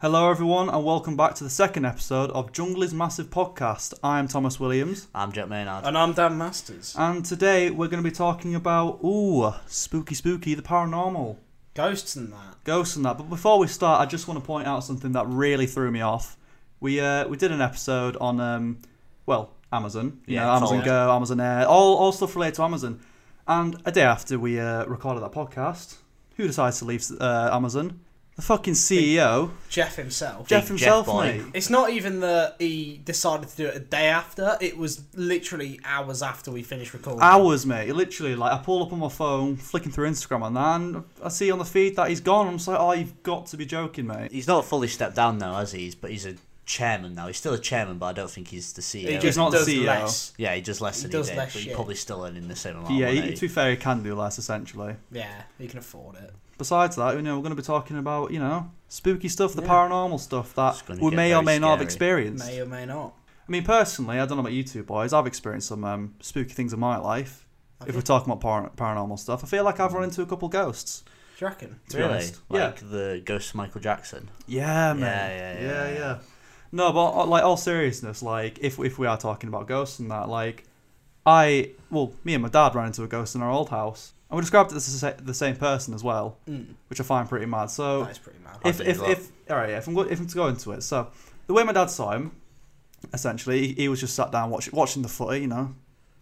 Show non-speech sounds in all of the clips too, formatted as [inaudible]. Hello, everyone, and welcome back to the second episode of Jungle's Massive Podcast. I'm Thomas Williams, I'm Jet Maynard. And I'm Dan Masters. and today we're going to be talking about, ooh, spooky, spooky, the paranormal, Ghosts and that. ghosts and that. But before we start, I just want to point out something that really threw me off. We uh, we did an episode on, um, well, Amazon, you Yeah, know, Amazon followed. Go, Amazon Air, all, all stuff related to Amazon. And a day after we uh, recorded that podcast, who decides to leave uh, Amazon? The fucking CEO, Jeff himself. Jeff Jeff himself, boy. mate. It's not even that he decided to do it a day after. It was literally hours after we finished recording. hours, mate. Literally, like I pull up on my phone, flicking through Instagram and that, and I see on the feed that he's gone. I'm just like, oh, you've got to be joking, mate. He's not fully stepped down now, has he? He's, but he's a chairman now. He's still a chairman, but I don't think he's the CEO. He He's just not the E does CEO. less. yeah, he does less He than he, does did, less but he's shit. probably still earning the same amount. yeah, of he, money. to be fair, he can do less essentially. Yeah, he can afford it. Besides that, you know, we're going to be talking about you know spooky stuff, the Yeah. paranormal stuff It's that gonna we get may or very may not have scary. experienced. May or may not. I mean, personally, I don't know about you two boys. I've experienced some um, spooky things in my life. Have If you? we're talking about par- paranormal stuff, I feel like I've run into a couple ghosts. Do you reckon? To be really, honest, yeah. like the ghost of Michael Jackson. Yeah, Yeah, man. yeah, yeah, yeah. No, but uh, like all seriousness, like if if we are talking about ghosts and that, like I well, me and my dad ran into a ghost in our old house, and we described it as the sa- the same person as well, Mm, which I find pretty mad. So that is pretty mad. Oh. if I believe if, that. if all right, yeah, if I'm go- if I'm to go into it, so the way my dad saw him, essentially, he, he was just sat down watching watching the footy, you know,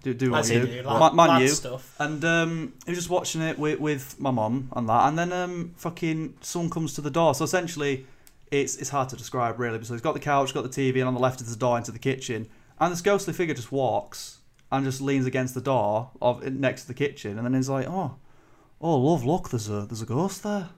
do do what As you you do, do, Ma- lad, man lad you. stuff. And um, he was just watching it with, with my mum and that, and then um, fucking someone comes to the door. So essentially, it's it's hard to describe really. So he's got the couch, got the TV, and on the left is the door into the kitchen. And this ghostly figure just walks and just leans against the door of next to the kitchen, and then he's like, "Oh, oh, love, look, there's a there's a ghost there."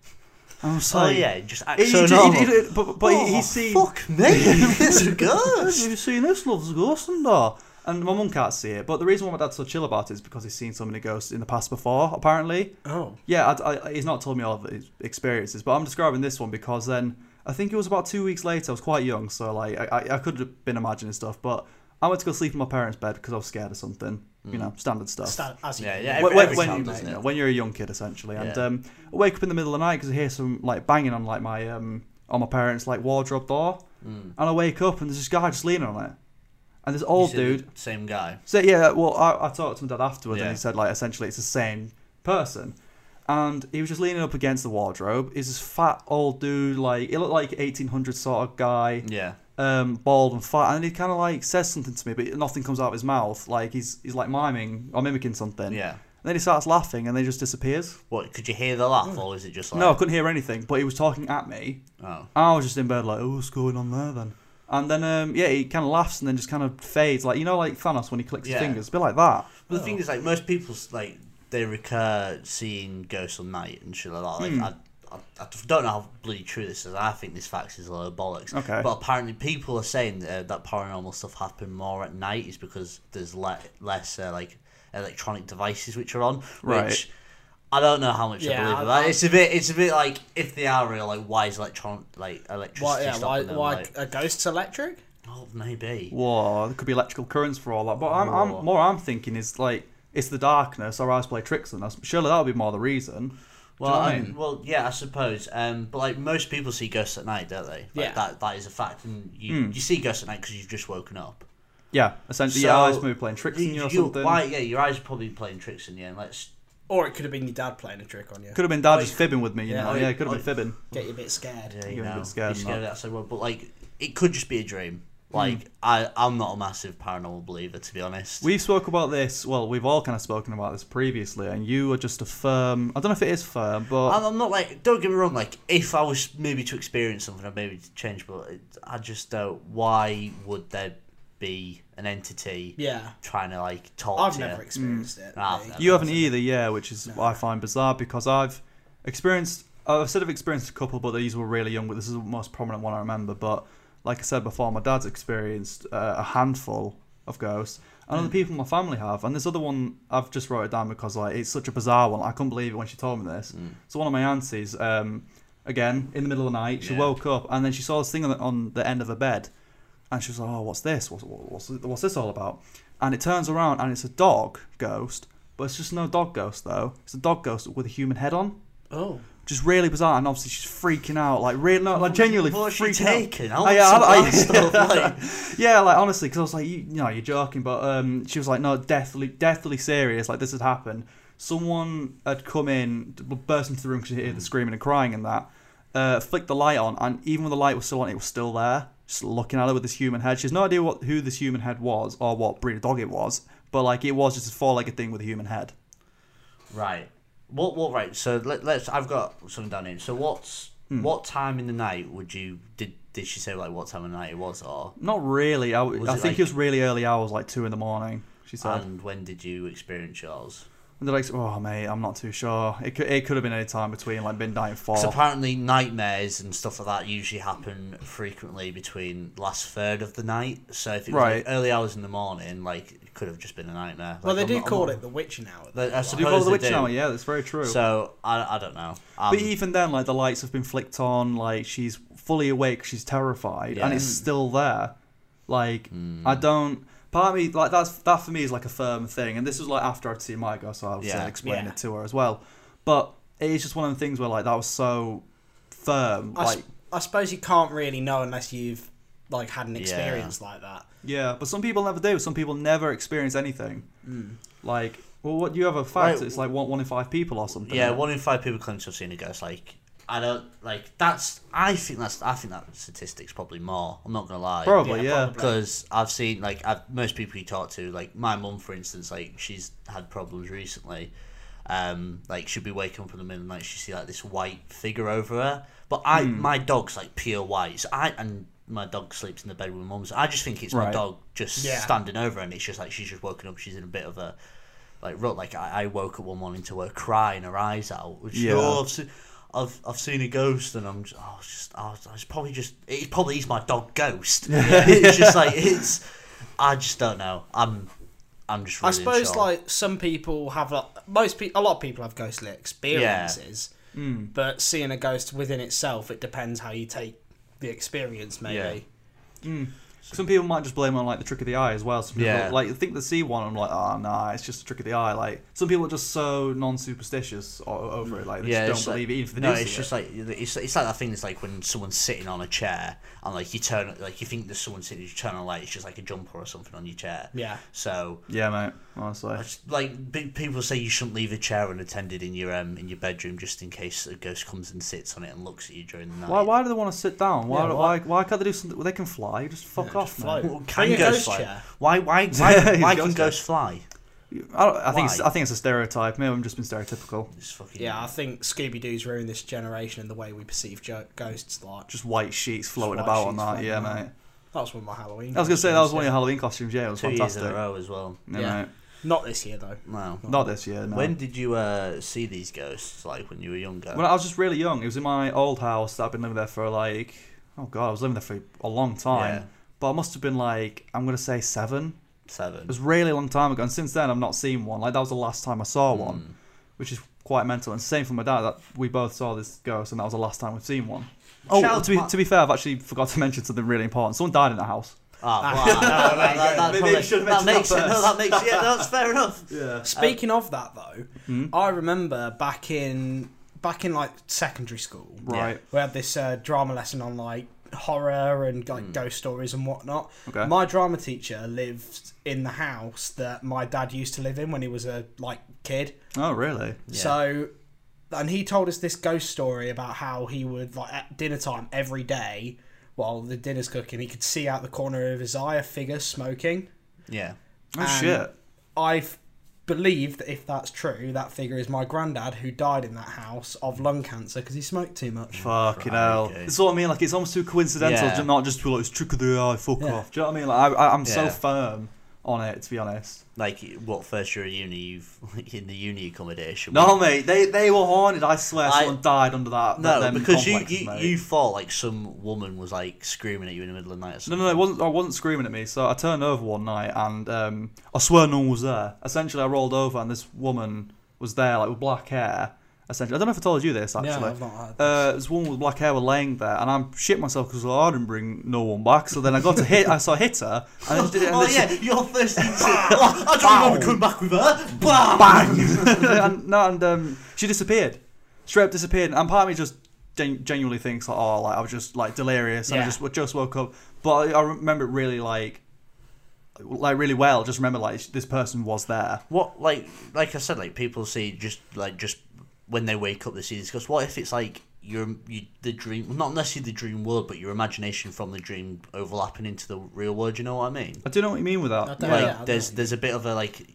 And I'm just oh like, yeah, he just he- acts he so just- he- normal. he- he- but but oh, he, he sees Fuck me, [laughs] it's a have ghost. you seen this? Love's a ghost in there. And my mum can't see it, but the reason why my dad's so chill about it is because he's seen so many ghosts in the past before, apparently. Oh. Yeah, I, I, he's not told me all of his experiences, but I'm describing this one because then I think it was about two weeks later. I was quite young, so like I, I- I could have been imagining stuff, but I went to go sleep in my parents' bed because I was scared of something. You know, standard stuff. Stand, as you Yeah, do. yeah, When- every- when, every when time, you, doesn't you it? know, when you're a young kid, essentially, and Yeah. um, I wake up in the middle of the night because I hear some like banging on like my um on my parents' like wardrobe door, Hmm. and I wake up and there's this guy just leaning on it, and this old You see the dude. same guy. So yeah, well, I, I talked to my dad afterwards, Yeah. and he said like essentially it's the same person, and he was just leaning up against the wardrobe. He's this fat old dude, like he looked like 1800 sort of guy, Yeah, um, bald and fat, and he kind of like says something to me, but nothing comes out of his mouth. Like he's he's like miming or mimicking something. yeah. And then he starts laughing and then he just disappears. What could you hear the laugh, or is it just like No, I couldn't hear anything, but he was talking at me. Oh, I was just in bed like, oh, what's going on there then? And then, um, yeah, he kind of laughs and then just kind of fades. Like, you know, like Thanos when he clicks Yeah. his fingers. Be like that. But the thing is, like most people, like they recur seeing ghosts on night and shit like that. Like, Hmm. I, I, I don't know how bloody true this is. I think this fact is a load of bollocks. Okay. But apparently, people are saying that, uh, that paranormal stuff happen more at night is because there's le- less uh, like electronic devices which are on. Right. Which I don't know how much I Yeah, believe of I- that. It's a bit. It's a bit like if they are real, like why is electron like electricity Why, yeah, why, stopping them? why like, are ghosts electric? oh, maybe. Whoa, there could be electrical currents for all that. But I'm, Whoa. I'm more I'm thinking is like, it's the darkness, our eyes play tricks on us. Surely that would be more the reason. Do you Well, know what I um, mean? well, yeah, I suppose. Um, but like most people see ghosts at night, don't they? Like, Yeah. that that is a fact, and you, Hmm. you see ghosts at night because you've just woken up. yeah, essentially, So- your eyes maybe playing tricks on you or You- something. Why? Yeah, your eyes are probably playing tricks in you. And let's Or it could have been your dad playing a trick on you. Could have been dad just fibbing with me, you Yeah. know? Or- Yeah, could have been or- fibbing. Get you a bit scared. yeah, you You're a bit know, scared Hmm. be of scared of that so well. But like, it could just be a dream. Like, I I'm not a massive paranormal believer, to be honest. We've spoke about this. Well, we've all kind of spoken about this previously, and you are just a firm. I don't know if it is firm, but I'm, I'm not like. Don't get me wrong. Like, if I was maybe to experience something, I'd maybe change. But it, I just don't. Why would there be an entity Yeah. trying to like talk I've to you? never experienced Mm. it. Ah, really. no. you haven't either, yeah, which is what I find bizarre because I've experienced. I've said I've experienced a couple, but these were really young. But this is the most prominent one I remember. But like I said before, my dad's experienced uh, a handful of ghosts, and other people in my family have. And this other one, I've just wrote it down because like it's such a bizarre one. I couldn't believe it when she told me this. So one of my aunties, um, again in the middle of the night, she Yeah. woke up and then she saw this thing on the, on the end of her bed, and she was like, "Oh, what's this? What's what's what's this all about?" And it turns around and it's a dog ghost, but it's just no dog ghost though. It's a dog ghost with a human head on. Oh. Just really bizarre, and obviously she's freaking out, like really, no, like genuinely What was she freaking out. taking? I Oh, [laughs] want yeah, some I- of that stuff, like- yeah, like honestly, because I was like, you, you know, you're joking, but um, she was like, no, deathly, deathly serious. Like this had happened. Someone had come in, b- burst into the room because she Hmm. heard the screaming and crying and that. Uh, flicked the light on, and even when the light was still on, it was still there, just looking at her with this human head. She has no idea what who this human head was or what breed of dog it was, but like it was just a four-legged thing with a human head. Right. What? What? Right. So let, let's. I've got something down here. So what's Hmm. what time in the night would you did did she say like what time of the night it was or Not really. I, w- Was I it, think like- Um. it was really early hours, like two in the morning. She said. and when did you experience yours? and they're like, oh mate, I'm not too sure. It could, it could have been any time between like midnight and four. Because apparently nightmares and stuff like that usually happen frequently between last third of the night. So if it was Right. like early hours in the morning, like it could have just been a nightmare. Well, Like, they do I'm not- I'm call not- it the Witcher now. They- I Do you suppose call the they witch do. hour? Yeah, that's very true. So I, I don't know. Um, but even then, like the lights have been flicked on, like she's fully awake, she's terrified, and Yeah. Hmm. it's still there. Like I don't. Part of me, like that's that for me is like a firm thing, and this was like after I'd seen my go, so I was uh, Yeah. explaining Yeah. it to her as well. But it is just one of the things where like that was so firm, I, s- like I suppose you can't really know unless you've like had an experience like that. yeah. But some people never do. Some people never experience anything. Hmm. Like, well, what do you have a fact? Right. It's like one one in five people or something. Yeah, one in five people claim to have seen a ghost. Like, I don't like that's. I think that's. I think that statistic's probably more. I'm not gonna lie. Probably, yeah. Because I've seen like I've, most people you talk to, like my mum for instance, like she's had problems recently. Um, like she'll be waking up in the middle of the night, she see like this white figure over her. But I, Hmm. my dog's like pure white. So I and my dog sleeps in the bed with my mum's. I just think it's my Right. dog just Yeah. standing over, her and it's just like she's just woken up. She's in a bit of a like rut. Like I, I woke up one morning to her crying her eyes out. Which, Yeah. "Oh, I've seen, I've, I've seen a ghost, and I'm just, oh, it's just, oh, it's probably just, it probably is my dog ghost. [laughs] it's [laughs] just like it's, I just don't know. I'm, I'm just. Really I suppose unsure. like some people have like, most people, a lot of people have ghostly experiences, Mm. but seeing a ghost within itself, it depends how you take the experience. Maybe Some people might just blame it on like the trick of the eye as well. Some people Yeah. like think they see one. I'm like, oh nah, it's just a trick of the eye. Like some people are just so non-superstitious o- over it. Like they Yeah, just it's don't like- believe it. Even if they no, do it's see just it. like it's, it's like that thing. It's like when someone's sitting on a chair and like you turn, like you think there's someone sitting, you turn on a light, it's just like a jumper or something on your chair. Yeah. So yeah, mate. Honestly, I just- like pe- people say you shouldn't leave a chair unattended in your um in your bedroom just in case a ghost comes and sits on it and looks at you during the night. why why do they want to sit down? Why Yeah, why, why can't they do something? Well, they can fly. Just fuck just off, fly. mate. Well, can Bring a ghosts ghost fly? chair. Why [laughs] why why, He's why a can ghost ghosts fly? I, don't, I think it's, Why? I think it's a stereotype. Maybe I'm just being stereotypical. It's fucking yeah, I think Scooby Doo's ruined this generation and the way we perceive jo- ghosts. Like Just white sheets floating white about sheets on that. floating Yeah, around. mate. that was one of my Halloween. I was gonna say that costumes, was one of yeah. your Halloween costumes. Yeah, it was two years fantastic. in a row as well. Yeah, Yeah. mate. Not this year though. Wow. Not this year. No. When did you uh, see these ghosts? Like when you were younger? When I was just really young, it was in my old house that I've been living there for like oh god, I was living there for a long time. Yeah. But I must have been like I'm gonna say seven. It Seven. was really a long time ago, and since then I've not seen one. Like that was the last time I Hmm. saw one, which is quite mental. And same for my dad that we both saw this ghost, and that was the last time we've seen one. Oh, Shout out to be, to my- to be fair, I've actually forgot to mention something really important. Someone died in the house. Ah, [laughs] wow. no, that, that, that, Maybe probably- you should've that mentioned that makes it. No, first. [laughs] that makes yeah. That's fair enough. Yeah. Speaking of that though, hmm? I remember back in back in like secondary school, Right. We had this uh, drama lesson on like horror and like ghost stories and whatnot. Hmm. Okay. My drama teacher lived in the house that my dad used to live in when he was a like kid. Oh, really? So, and he told us this ghost story about how he would like at dinner time every day, while the dinner's cooking, he could see out the corner of his eye a figure smoking. Yeah. Oh And- shit. I f- believe that if that's true, that figure is my granddad who died in that house of lung cancer because he smoked too much. Fucking hell. Crikey. It's what I mean. Like, it's almost too coincidental. Yeah. to Not just to like, it's trick of the eye, fuck Yeah. off. Do you know what I mean? Like, I, I, I'm so Yeah. firm on it, to be honest. Like what first year of uni? You've [laughs] in the uni accommodation. No, mate, they, they were haunted. I swear I- someone died under that. that No, them because you complexes, you, mate. you thought like some woman was like screaming at you in the middle of the night. Or No, something. no, no, it wasn't, I wasn't screaming at me. So I turned over one night and um, I swear no one was there. Essentially, I rolled over and this woman was there, like with black hair. Essentially, I don't know if I told you this actually. Yeah, I've not heard Uh, this woman with black hair were laying there, and I'm shit myself because I didn't bring no one back. So then I got to hit, I saw hit her, and then, did it, and [laughs] Oh then she- yeah, your first instinct. [laughs] oh, I don't remember coming back with her. Bam! and, no, and um, she disappeared. straight up disappeared. And part of me just gen- genuinely thinks, like, oh, like I was just like delirious and I Yeah. just just woke up. But I, I remember it really like like really well. Just remember like this person was there. What like like I said, like people see just like just when they wake up, they see this. Because what if it's like your you the dream, not necessarily the dream world, but your imagination from the dream overlapping into the real world. You know what I mean? I do know what you mean with that. don't- Yeah. like yeah, I there's know. there's a bit of a like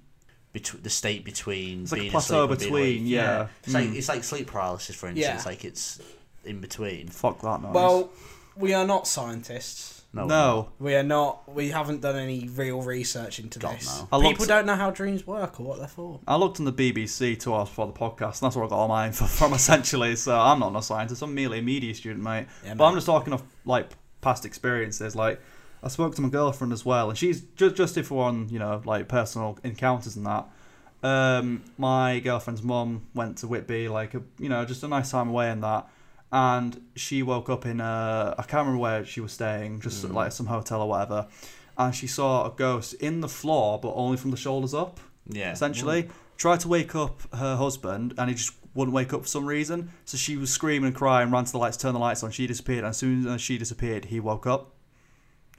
between the state between It's like a being plateau asleep and being between, awake. yeah. Mm. It's like it's like sleep paralysis, for instance. Yeah. Like it's in between. Fuck that noise. Well, we are not scientists. No, no. We are not. We haven't done any real research into God, this. no. I looked- People don't know how dreams work or what they're for. I looked on the BBC two hours before the podcast, and that's where I got all my info [laughs] from, essentially. So I'm not a scientist; I'm merely a media student, mate. Yeah, but I'm mate. just talking off like past experiences. Like I spoke to my girlfriend as well, and she's just just if we're on you know like personal encounters and that. Um, my girlfriend's mum went to Whitby, like a, you know, just a nice time away and that. And she woke up in a I can't remember where she was staying, just Mm. like some hotel or whatever. And she saw a ghost in the floor, but only from the shoulders up Yeah. essentially. Tried to wake up her husband, and he just wouldn't wake up for some reason. So she was screaming and crying, ran to the lights, turned the lights on. She disappeared, and as soon as she disappeared, he woke up,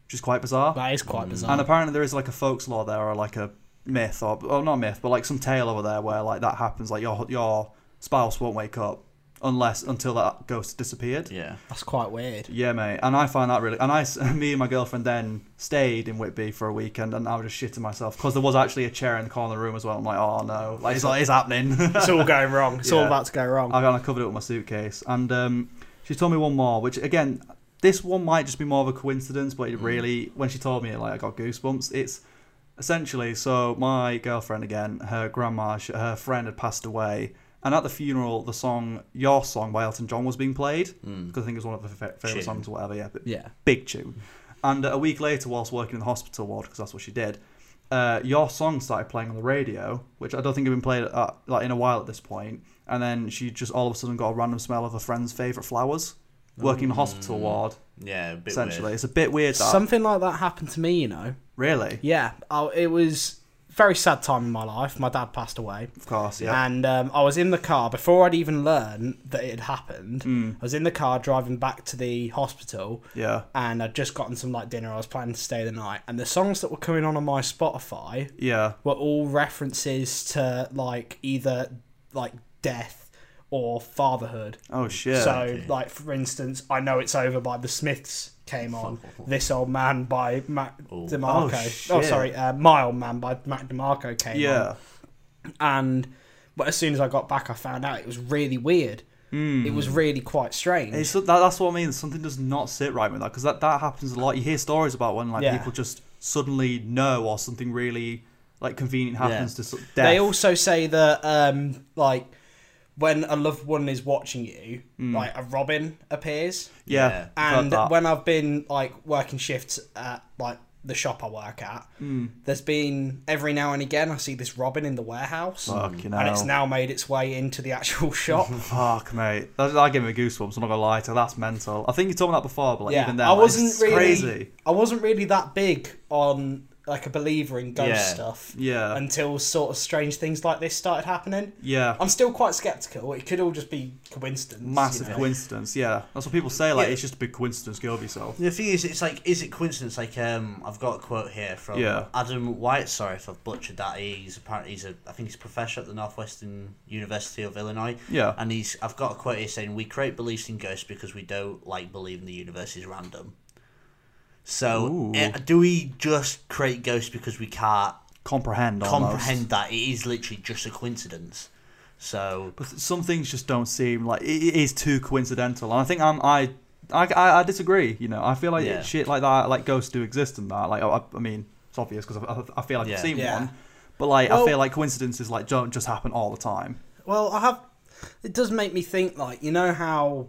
which is quite bizarre. That is quite Mm. And bizarre. apparently, there is like a folks law there, or like a myth, or, or not myth, but like some tale over there where like that happens. Like your your spouse won't wake up unless until that ghost disappeared. Yeah. That's quite weird. Yeah, mate, and I find that really. And I, s- [laughs] me and my girlfriend then stayed in Whitby for a weekend, and I was just shitting myself because there was actually a chair in the corner of the room as well. I'm like, oh no, like it's, like, [laughs] it's happening. [laughs] It's all going wrong. It's all Yeah. about to go wrong. I, I covered it with my suitcase, and um, she told me one more, which again, this one might just be more of a coincidence, but it really, when she told me, it, like I got goosebumps. It's essentially so my girlfriend again, her grandma, sh- her friend had passed away. And at the funeral, the song "Your Song" by Elton John was being played Mm. because I think it was one of her fa- favorite Tune. songs or whatever. Yeah, but yeah. big tune. And uh, a week later, whilst working in the hospital ward, because that's what she did, uh, your song started playing on the radio, which I don't think had been played uh like in a while at this point. And then she just all of a sudden got a random smell of a friend's favourite flowers. Working in the hospital ward, Yeah. A Mm. bit essentially, Weird. it's a bit weird. That Something like that happened to me, you know. really, Yeah, I, it was a very sad time in my life. My dad passed away. of course, yeah. And um, I was in the car before I'd even learned that it had happened. Hmm. I was in the car driving back to the hospital, yeah, and I'd just gotten some like dinner. I was planning to stay the night, and the songs that were coming on on my Spotify yeah, were all references to like either like death or fatherhood. Oh shit! So, like for instance, I know it's over by the Smiths came on. this old man by Mac DeMarco. Oh, Oh, shit. sorry, uh, my old man by Mac DeMarco came yeah, on. And but as soon as I got back, I found out it was really weird. It was really quite strange. Hmm. it's that, that's what I mean. Something does not sit right with that because that that happens a lot. You hear stories about when like Yeah. people just suddenly know or something really like convenient happens to so- death. They also say that um, like when a loved one is watching you, like a robin appears. Yeah. Yeah. Hmm. I've heard And that. when I've been like working shifts at like the shop I work at, Hmm. there's been every now and again I see this robin in the warehouse, Fucking and it's hell. now made its way into the actual [laughs] shop. Fuck, mate. That, that gave me goosebumps. I'm not gonna lie to you. That's mental. I think you told me that before, but like, yeah, even then, I like, wasn't it's really, crazy. I wasn't really that big on like a believer in ghost Yeah. stuff Yeah. until sort of strange things like this started happening. Yeah, I'm still quite skeptical. It could all just be coincidence. massive you know? coincidence. Yeah, that's what people say. Like, Yeah. it's just a big coincidence. Go of yourself. The thing is, it's like, is it coincidence? Like, um, I've got a quote here from Yeah. Adam White. Sorry if I've butchered that. He's apparently he's a, I think he's a professor at the Northwestern University of Illinois. Yeah. And he's, I've got a quote here saying, "We create beliefs in ghosts because we don't like believing the universe is random." So, Ooh. eh, do we just create ghosts because we can't Comprehend. Almost. comprehend that it is literally just a coincidence? So, But some things just don't seem like it, it is too coincidental. And I think I'm I. I, I, I disagree. You know, I feel like Yeah. shit like that, like ghosts do exist and that. Like, I, I mean, it's obvious because I, I feel like Yeah. I've seen Yeah. one, but like, I Well- feel like coincidences like don't just happen all the time. Well, I have. It does make me think, like you know how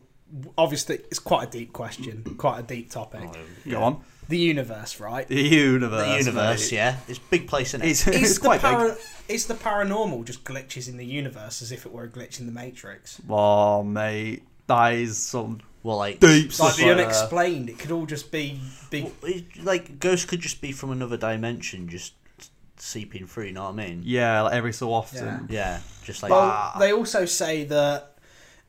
obviously it's quite a deep question, quite a deep topic. Oh, Go on, The universe, right? the universe. the universe, mate. yeah, it's a big place in it. It's, [laughs] it's, Is the quite big. para- is the paranormal just glitches in the universe as if it were a glitch in the Matrix? Oh, mate, that is some well, like deep Like stuff. the right there. unexplained, it could all just be be. It- like ghosts could just be from another dimension, just seeping through. You know what I mean? Yeah, like every so often. Yeah, just like Well, they also say that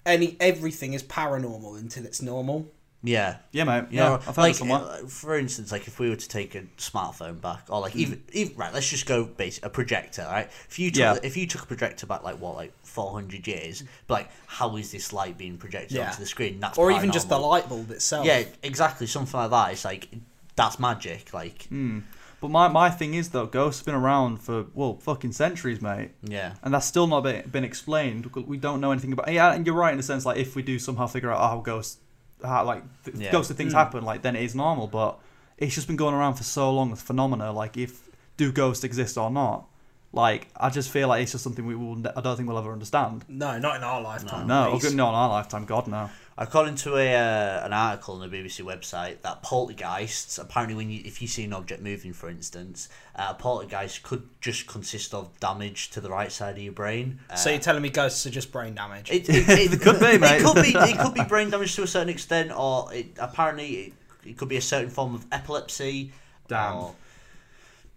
any everything is paranormal until it's normal. Yeah. Yeah, mate. You Yeah, know, I found like, it somewhere. uh, for instance, like if we were to take a smartphone back, or like even, Mm. even right, let's just go basic, a projector, right? If you took, Yeah. if you took a projector back, like what, like four hundred years, but like how is this light being projected Mm. Yeah. onto the screen? That's Or even just the paranormal. light bulb itself. Yeah, exactly. Something like that. It's like that's magic. Like Mm. But my, my thing is though, ghosts have been around for well fucking centuries, mate, yeah, and that's still not been, been explained. We don't know anything about. Yeah, and you're right in the sense like if we do somehow figure out how ghosts, how like th- Yeah. ghosts and things Hmm. happen, like then it is normal. But it's just been going around for so long, this phenomena. Like if do ghosts exist or not? Like I just feel like it's just something we will. ne- I don't think we'll ever understand. No, not in our lifetime. No, please. okay, not in our lifetime. God no. According to a uh, an article on the BBC website, that poltergeists apparently when you if you see an object moving, for instance, uh, a poltergeist could just consist of damage to the right side of your brain. Uh, So you're telling me ghosts are just brain damage? it, it, [laughs] it, It could be, It mate. could be. It [laughs] could be brain damage to a certain extent, or it, apparently it, it could be a certain form of epilepsy. Damn. Or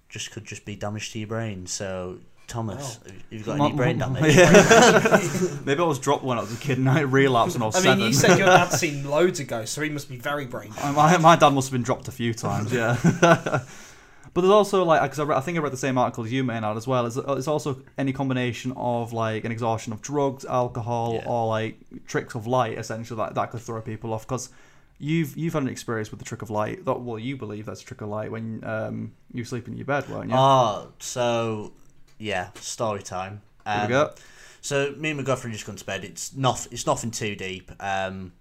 just could just be damage to your brain. So Thomas, Oh. have you've got Mu- [laughs] any brain mu- damage. [laughs] Maybe I was dropped when I was a kid and I relapsed when I was I mean, seven. you said [laughs] your dad's seen loads of ghosts, so he must be very brain damaged. my, my dad must have been dropped a few times, yeah. [laughs] but there's also like, because I, re- I think I read the same article as you, Maynard, as well. It's, it's also any combination of like an exhaustion of drugs, alcohol, Yeah. or like tricks of light, essentially that that could throw people off. Because you've you've had an experience with the trick of light. That well, you believe that's a trick of light when um you sleep in your bed, weren't you? Oh, so yeah, story time. Um, Here we go. So me and my girlfriend just gone to bed. It's not. It's nothing too deep. Um,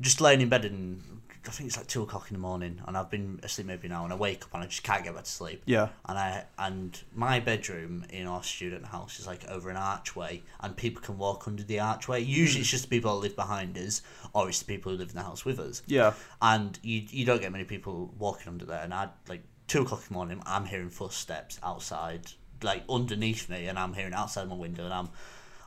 just laying in bed and I think it's like two o'clock in the morning, and I've been asleep maybe now, and I wake up and I just can't get back to sleep. Yeah. And I and my bedroom in our student house is like over an archway, and people can walk under the archway. Usually, Hmm. it's just the people that live behind us, or it's the people who live in the house with us Yeah. and you you don't get many people walking under there. And I like two o'clock in the morning, I'm hearing footsteps outside, like underneath me, and I'm hearing outside my window, and I'm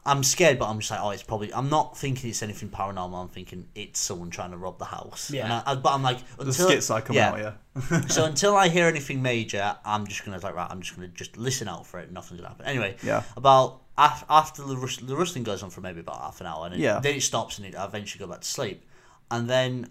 I'm scared, but I'm just like, oh, it's probably. I'm not thinking it's anything paranormal. I'm thinking it's someone trying to rob the house. Yeah. And I, I- but I'm like, until, The skits I come out, yeah. so until I hear anything major, I'm just gonna like right. I'm just gonna just listen out for it. Nothing's gonna happen. Anyway, Yeah. About af- after the rus- the rustling goes on for maybe about half an hour, and it- Yeah. then it stops, and it, I eventually go back to sleep, and then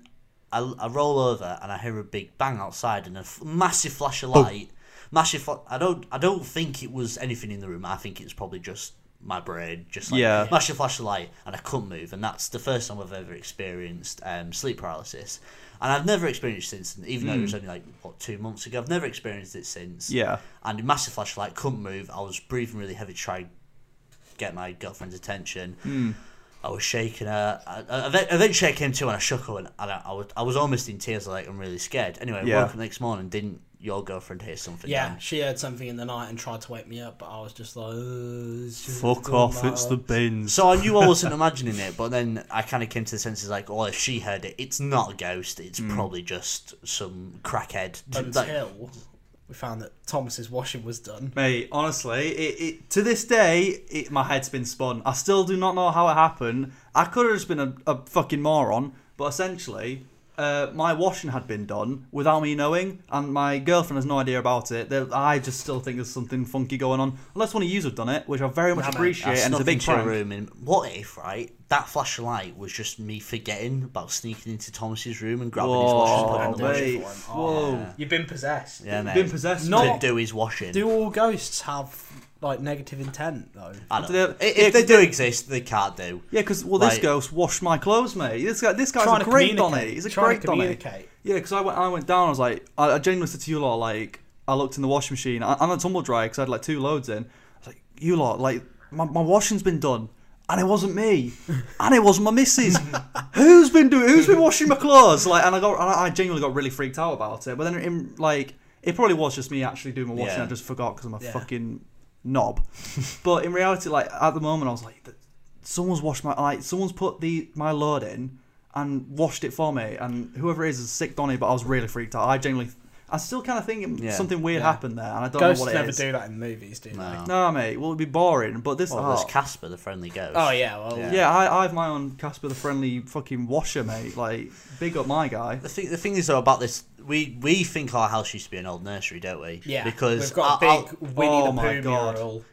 I, I roll over and I hear a big bang outside and a f- massive flash of light. Massive. Fl- I don't. I don't think it was anything in the room. I think it was probably just my brain, just like Yeah. massive flash of light, and I couldn't move, and that's the first time I've ever experienced um, sleep paralysis, and I've never experienced it since, even though it was only like what two months ago. I've never experienced it since. Hmm. Yeah. And a massive flash of light, couldn't move. I was breathing really heavy, to try and get my girlfriend's attention. Hmm. I was shaking her. I, I, ev- eventually, I came to and I shook her, and, and I, I, was, I was almost in tears. Like I'm really scared. Anyway, I Yeah. woke up the next morning. Didn't your girlfriend hear something? Yeah, Dan? she heard something in the night and tried to wake me up, but I was just like, "Uh, it's just Fuck doesn't off! It's matter." the bins. So I knew I wasn't imagining it, but then I kind of came to the senses like, oh, if she heard it, it's not a ghost. It's Mm. probably just some crackhead. Like, until we found that Thomas's washing was done. Mate, honestly, it, it to this day, it, my head's been spun. I still do not know how it happened. I could have just been a, a fucking moron, but essentially, uh, my washing had been done without me knowing, and my girlfriend has no idea about it. There- I just still think there's something funky going on. Unless one of you have done it, which I very much Nah, mate, I appreciate, and it's snuck a big into a prank. room, and what if right that flash of light was just me forgetting about sneaking into Thomas's room and grabbing his watch and putting Whoa, it on the watch Oh, mate, for him. Oh, whoa. You've been possessed. Yeah, mate. Been possessed, No. to do his washing. Do all ghosts have like negative intent though? I don't Do they- know. I- If they do exist, they can't do. Yeah, because well, Like- this ghost washed my clothes, mate. This guy, this guy's Trying a to great communicate. Donny. He's a Trying great to Donny. communicate. Yeah, because I went, I went down. I was like, I, I genuinely said to you lot, like, I looked in the washing machine. I, I'm a tumble dryer because I had like two loads in. I was like, you lot, like, my, my washing's been done, and it wasn't [laughs] me, and it wasn't my missus. who's been doing? Who's been washing my clothes? Like, and I got, and I, I genuinely got really freaked out about it. But then, in, like, it probably was just me actually doing my washing. Yeah. I just forgot because I'm a Yeah. fucking [laughs] knob. but in reality, like at the moment, I was like, "Th- someone's washed my like someone's put the my load in and washed it for me, and whoever it is is sick Donny. But I was really freaked out. I genuinely, I still kind of think Yeah. something weird Yeah. happened there, and I don't Ghosts know what it never is. do that in movies, do they? No. No, mate, well it'd be boring. But this, Well, oh. there's Casper, the friendly ghost. Oh yeah, well Yeah. yeah, I, I have my own Casper the Friendly fucking washer, mate. Like, big up my guy. The thing, the thing is though about this, we we think our house used to be an old nursery, don't we? Yeah, Because we've got a our- big Winnie Oh the my Pooh God. mural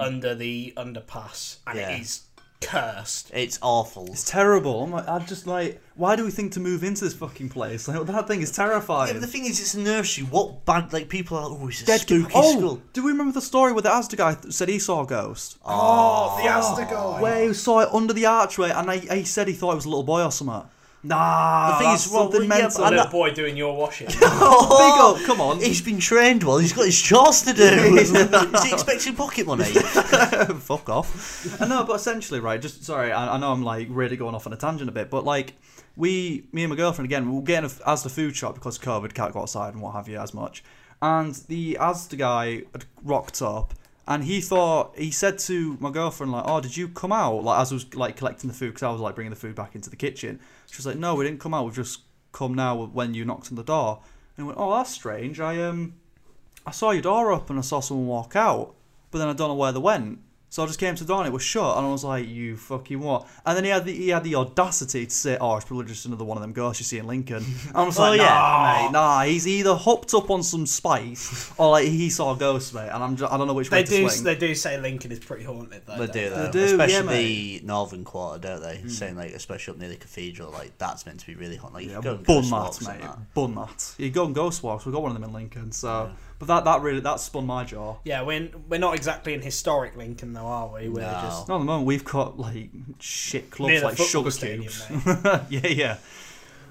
under the underpass, and Yeah. it is cursed. It's awful. It's terrible. I'm like, I just like, why do we think to move into this fucking place? Like, that thing is Yeah, terrifying. but the thing is, it's a nursery. What bad? Like people are always a Dead- spooky oh, school. do we remember the story where the Asda guy th- said he saw a ghost? Oh, the Asda guy. Where he saw it under the archway, and I, he said he thought it was a little boy or something. Nah, The thing that's is, well, something yeah, mental. but I'm Little not- boy doing your [laughs] washing. Big up, come on. Oh, He's been trained well. He's got his [laughs] chores to do. is he expecting pocket money? Fuck off. I know, but essentially, right? Just sorry, I, I know I'm like really going off on a tangent a bit, but like we, me and my girlfriend again, we were getting a, as the food shop because COVID can't go outside and what have you as much. And the Asda guy had rocked up, and he thought he said to my girlfriend like, "Oh, did you come out?" Like as I was like collecting the food because I was like bringing the food back into the kitchen. She was like, "No, we didn't come out. We've just come now when you knocked on the door." And I went, "Oh, that's strange. I um." I saw your door open, I saw someone walk out, but then I don't know where they went. So I just came to the door and it was shut, and I was like, "You fucking what?" And then he had the he had the audacity to say, "Oh, it's probably just another one of them girls you see in Lincoln." And I [laughs] was like, Oh, yeah. "Nah, mate, nah." He's either hopped up on some spice or like he saw a ghost, mate. And I'm just, I don't know which They way do. to swing. They do say Lincoln is pretty haunted though. They don't do, though. do, yeah, Hmm. especially the northern quarter, don't they? Saying like, especially up near the cathedral, like that's meant to be really hot. Like you Yeah, can go bun and ghost that, walks mate. and that. Bun that. You go on ghost walks. We got one of them in Lincoln. So, but that that really that spun my jaw. Yeah, we're we're not exactly in historic Lincoln though, are we? We're No. just Not at the moment. We've got like shit clubs Near the like sugar football stadium, cubes. [laughs] yeah, yeah.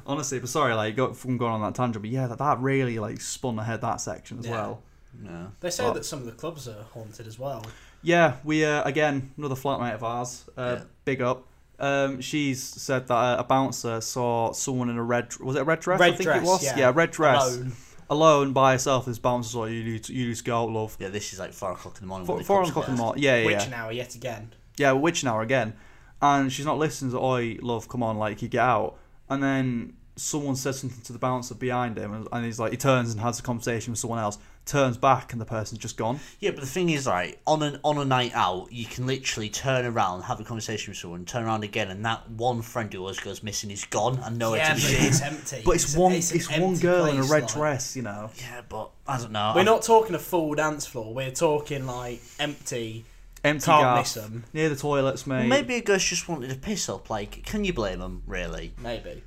Honestly, but sorry, like go, from going on that tangent, but yeah, that, that really like spun ahead that section as Yeah. well. No. They [laughs] say Well- that some of the clubs are haunted as well. Yeah, we uh, again another flatmate of ours, uh, Yeah. big up. Um, she's said that uh, a bouncer saw someone in a red was it a red dress? I Red think it dress, was. yeah. a red dress, alone, Alone. by herself. This bouncer saw you. Need to, you need to go out, love. Yeah, this is like four o'clock in the morning. Four, when the four club's o'clock in the closed. morning. Yeah, yeah. Witch yeah. now yet again. yeah, we're witching hour again. And she's not listening to, oi, love, come on, like, you get out. And then someone says something to the bouncer behind him, and- and he's like, he turns and has a conversation with someone else, turns back, and the person's just gone. Yeah, but the thing is, like on an on a night out, you can literally turn around, have a conversation with someone, turn around again, and that one friend who always goes missing is gone and nowhere Yeah, to but be seen. it's empty. Oh, [laughs] But it's, a- one, an it's one empty girl in a place, red like. dress, you know. Yeah, but I don't know. We're I'm- not talking a full dance floor. We're talking like empty. Empty Can't gaff, miss 'em. near the toilets, mate. Maybe a ghost just wanted to piss up. Like, can you blame them? Really? Maybe.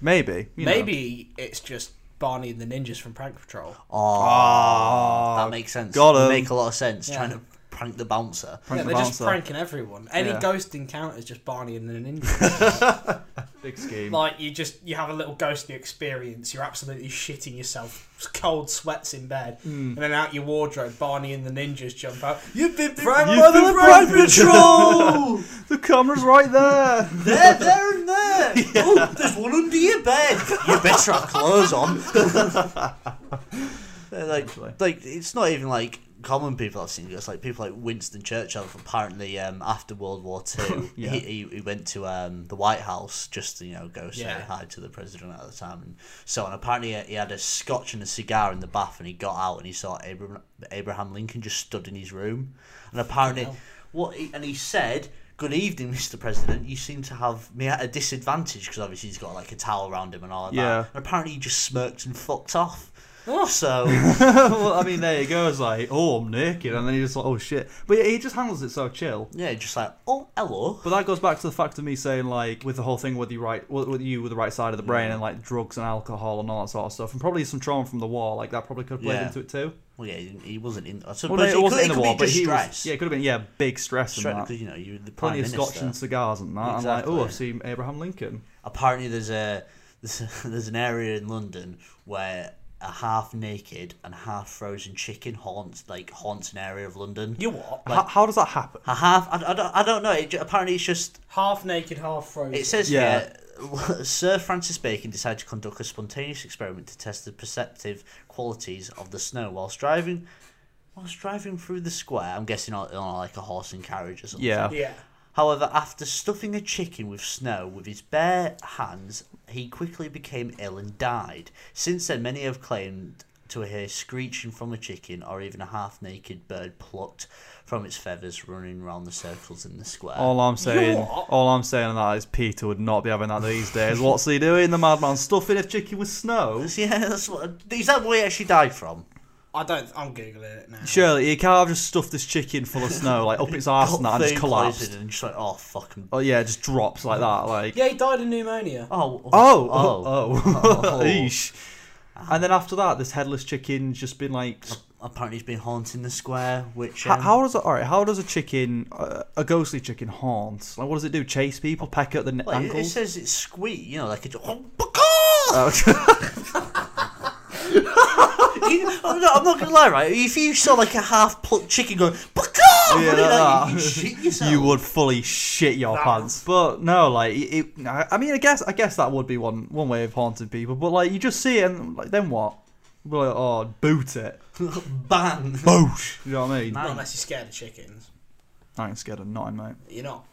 maybe, you know. Maybe it's just Barney and the ninjas from Prank Patrol. Oh, Ah, that makes sense. got 'em. Make a lot of sense. Yeah. Trying to prank the bouncer. Prank yeah, the they're just bouncer. pranking everyone. Any Yeah. ghost encounter is just Barney and the ninjas. [laughs] Big scheme. like you just you have a little ghostly experience. You're absolutely shitting yourself. Cold sweats in bed, Hmm. and then out your wardrobe, Barney and the ninjas jump out. You've been pranked by You've the been Prank pranked. Patrol. [laughs] the camera's right there. [laughs] there, there, and there. [laughs] Oh, there's one under your bed. You better have clothes on. They're Actually. Uh, like, like it's not even like common people I've seen. It's like people like Winston Churchill. Apparently, um, after World War Two, [laughs] Yeah. he, he he went to um, the White House just to you know go say Yeah. hi to the president at the time and so on. Apparently, uh, he had a scotch and a cigar in the bath, and he got out and he saw Abraham Abraham Lincoln just stood in his room, and apparently what he, and he said. Good evening, Mr. President. You seem to have me at a disadvantage because obviously he's got like a towel around him and all of Yeah. that. And apparently he just smirked and fucked off. So [laughs] well, I mean, there you go. It's like, oh, I'm naked, and then he just like, oh shit. But yeah, he just handles it so chill. yeah, just like oh hello. But that goes back to the fact of me saying like with the whole thing whether you right whether you with the right side of the brain and like drugs and alcohol and all that sort of stuff and probably some trauma from the war like that probably could have played Yeah. into it too. Well, yeah, he, he wasn't in. I Well, suppose no, he it wasn't in could, he the could be war, but just he stressed. was. Yeah, it could have been yeah big stress and stressed that. because you know you were the prime Plenty of minister. scotch and cigars and that. I'm like, oh, I've seen Abraham Lincoln. Apparently, there's a [laughs] there's, there's an area in London where a half naked and half frozen chicken haunts like haunts an area of London. You what? How, how does that happen? A half? I, I don't. I don't know. It, ju- apparently, it's just Half naked, half frozen. It says Yeah. here, [laughs] Sir Francis Bacon decided to conduct a spontaneous experiment to test the perceptive qualities of the snow whilst driving. Whilst driving through the square, I'm guessing on, on like a horse and carriage or something. Yeah. yeah. However, after stuffing a chicken with snow with his bare hands, he quickly became ill and died. Since then, many have claimed to hear screeching from a chicken or even a half-naked bird plucked from its feathers running round the circles in the square. All I'm saying, what? all I'm saying on that is Peter would not be having that these days. What's [laughs] he doing? The madman stuffing a chicken with snow. Yeah, that's what. Is that where he actually died from? I don't. I'm googling it now. Surely you can't have just stuffed this chicken full of snow like up its [laughs] arse and that and just Food collapsed. poisoning And just like, oh, fucking. Oh yeah, it just drops like that. Like Yeah, he died of pneumonia. Oh, oh oh oh, Oh. [laughs] Eesh. And then after that, this headless chicken's just been like. Apparently, he's been haunting the square, which. oh. How, um, how does a, all right? How does a chicken, uh, a ghostly chicken, haunt? Like, what does it do? Chase people, peck at the ne- well, it- It ankles? says it's squeak, you know, like it's. Oh, [laughs] Oh, [laughs] You- I'm not, I'm not gonna lie, right? If you saw like a half plucked chicken going, "Bacaw!" Yeah, running like out, that. you, you'd shit yourself. [laughs] you would fully shit your Nah. pants. But no, like, it, it- I I mean, I guess, I guess that would be one one way of haunting people. But like, you just see it, and like, then what? Be like, oh, boot it, [laughs] Bang. boosh. You know what I mean? Nah. Not unless you're scared of chickens. I ain't scared of nothing, mate. You're not.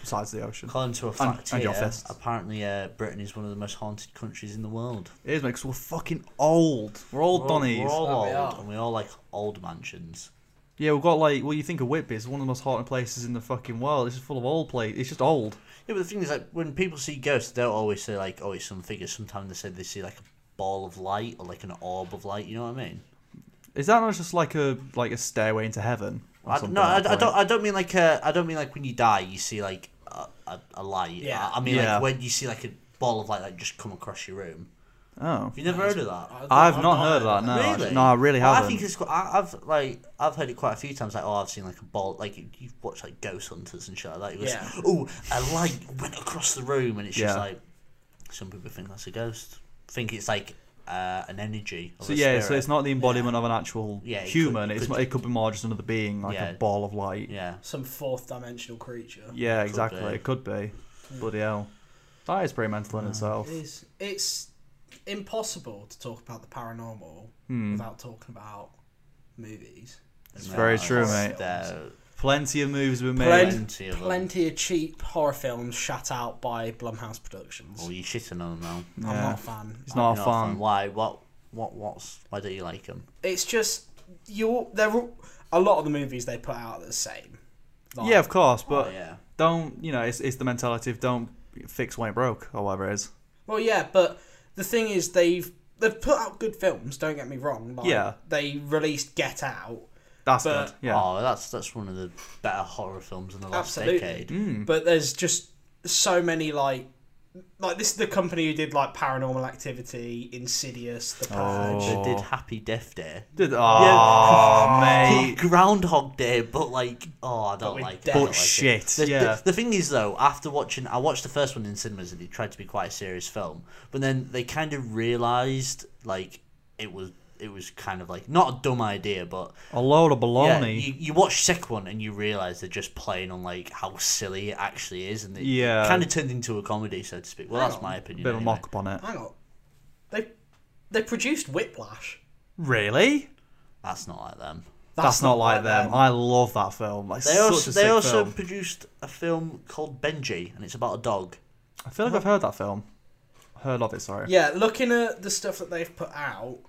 Besides the ocean, According to a And- fact and your here, fists. apparently uh, Britain is one of the most haunted countries in the world. it is mate, because we're fucking old. We're old We're all- Donnies. We're all Oh, we old, are. and we all like old mansions. Yeah, we've got like, well, you think of Whitby, it's one of the most haunted places in the fucking world. It's just full of old places. It's just old. Yeah, but the thing is, like, when people see ghosts, they don't always say like, "Oh, it's some figure." Sometimes they say they see like a ball of light or like an orb of light. You know what I mean? Is that not just like a like a stairway into heaven? or I, something no, I, at that I point? don't. I don't mean like. uh, I don't mean like when you die, you see like a, a, a light. Yeah. I, I mean Yeah. like when you see like a ball of light like just come across your room. Oh, Have you never heard of that? I- I've I've not heard of that. No, I- Really? no, I really Well, haven't. I think it's. quite- I, I've like I've heard it quite a few times. Like oh, I've seen like a ball. Like you- you've watched like Ghost Hunters and shit like that. It was, Yeah. Oh, a light went across the room, and it's just Yeah. like some people think that's a ghost. Think it's like uh, an energy. Of so. a Yeah, so spirit. it's not the embodiment of an actual Yeah, it could- human. it it's could- more- it could be more just another being, like Yeah. a ball of light. Yeah, Yeah. Some fourth dimensional creature. Could exactly. be. It could be. Bloody hell, that is pretty mental in itself. It is. It's impossible to talk about the paranormal Hmm. without talking about movies. It's No, very true, it's- mate. there- Plenty of movies were made. Plenty- Plenty of them. Plenty of cheap horror films shut out by Blumhouse Productions. Well, you shitting on them now. I'm Oh, Yeah. not a fan. It's not You're a not a fan. fan. Why? What? What? What's? Why do you like them? It's just you. There, a lot of the movies they put out are the same. Like, Yeah, of course, but oh, yeah. don't you know? It's, it's the mentality of don't fix when it broke or whatever it is. Well, yeah, but the thing is, they've they've put out good films. Don't get me wrong. Like, Yeah. They released Get Out, That's But- good. Yeah. Oh, that's that's one of the better horror films in the last Absolutely. decade. Mm. Hmm. but there's just so many like. Like this is the company who did like Paranormal Activity, Insidious, The Purge. Oh. They did Happy Death Day. Did, oh, mate. Groundhog Day, but like, oh, I don't with like it. death. I don't But like shit, It. The, the- yeah. The, thing is, though, after watching, I watched the first one in cinemas and it tried to be quite a serious film, but then they kind of realised like it was it was kind of like not a dumb idea, but A load of yeah, baloney. you, you watch second one and you realise they're just playing on like how silly it actually is, and it Yeah. kind of turned into a comedy, so to speak. Well, Hang that's on. my opinion. Bit of a anyway. mock up on it. Hang on, they they produced Whiplash. Really? That's not like them. That's, not, like them. I love that film. Like, They such also a they sick also film. produced a film called Benji, and it's about a dog. I feel like I've heard that film. Heard of it, sorry. Yeah, looking at the stuff that they've put out,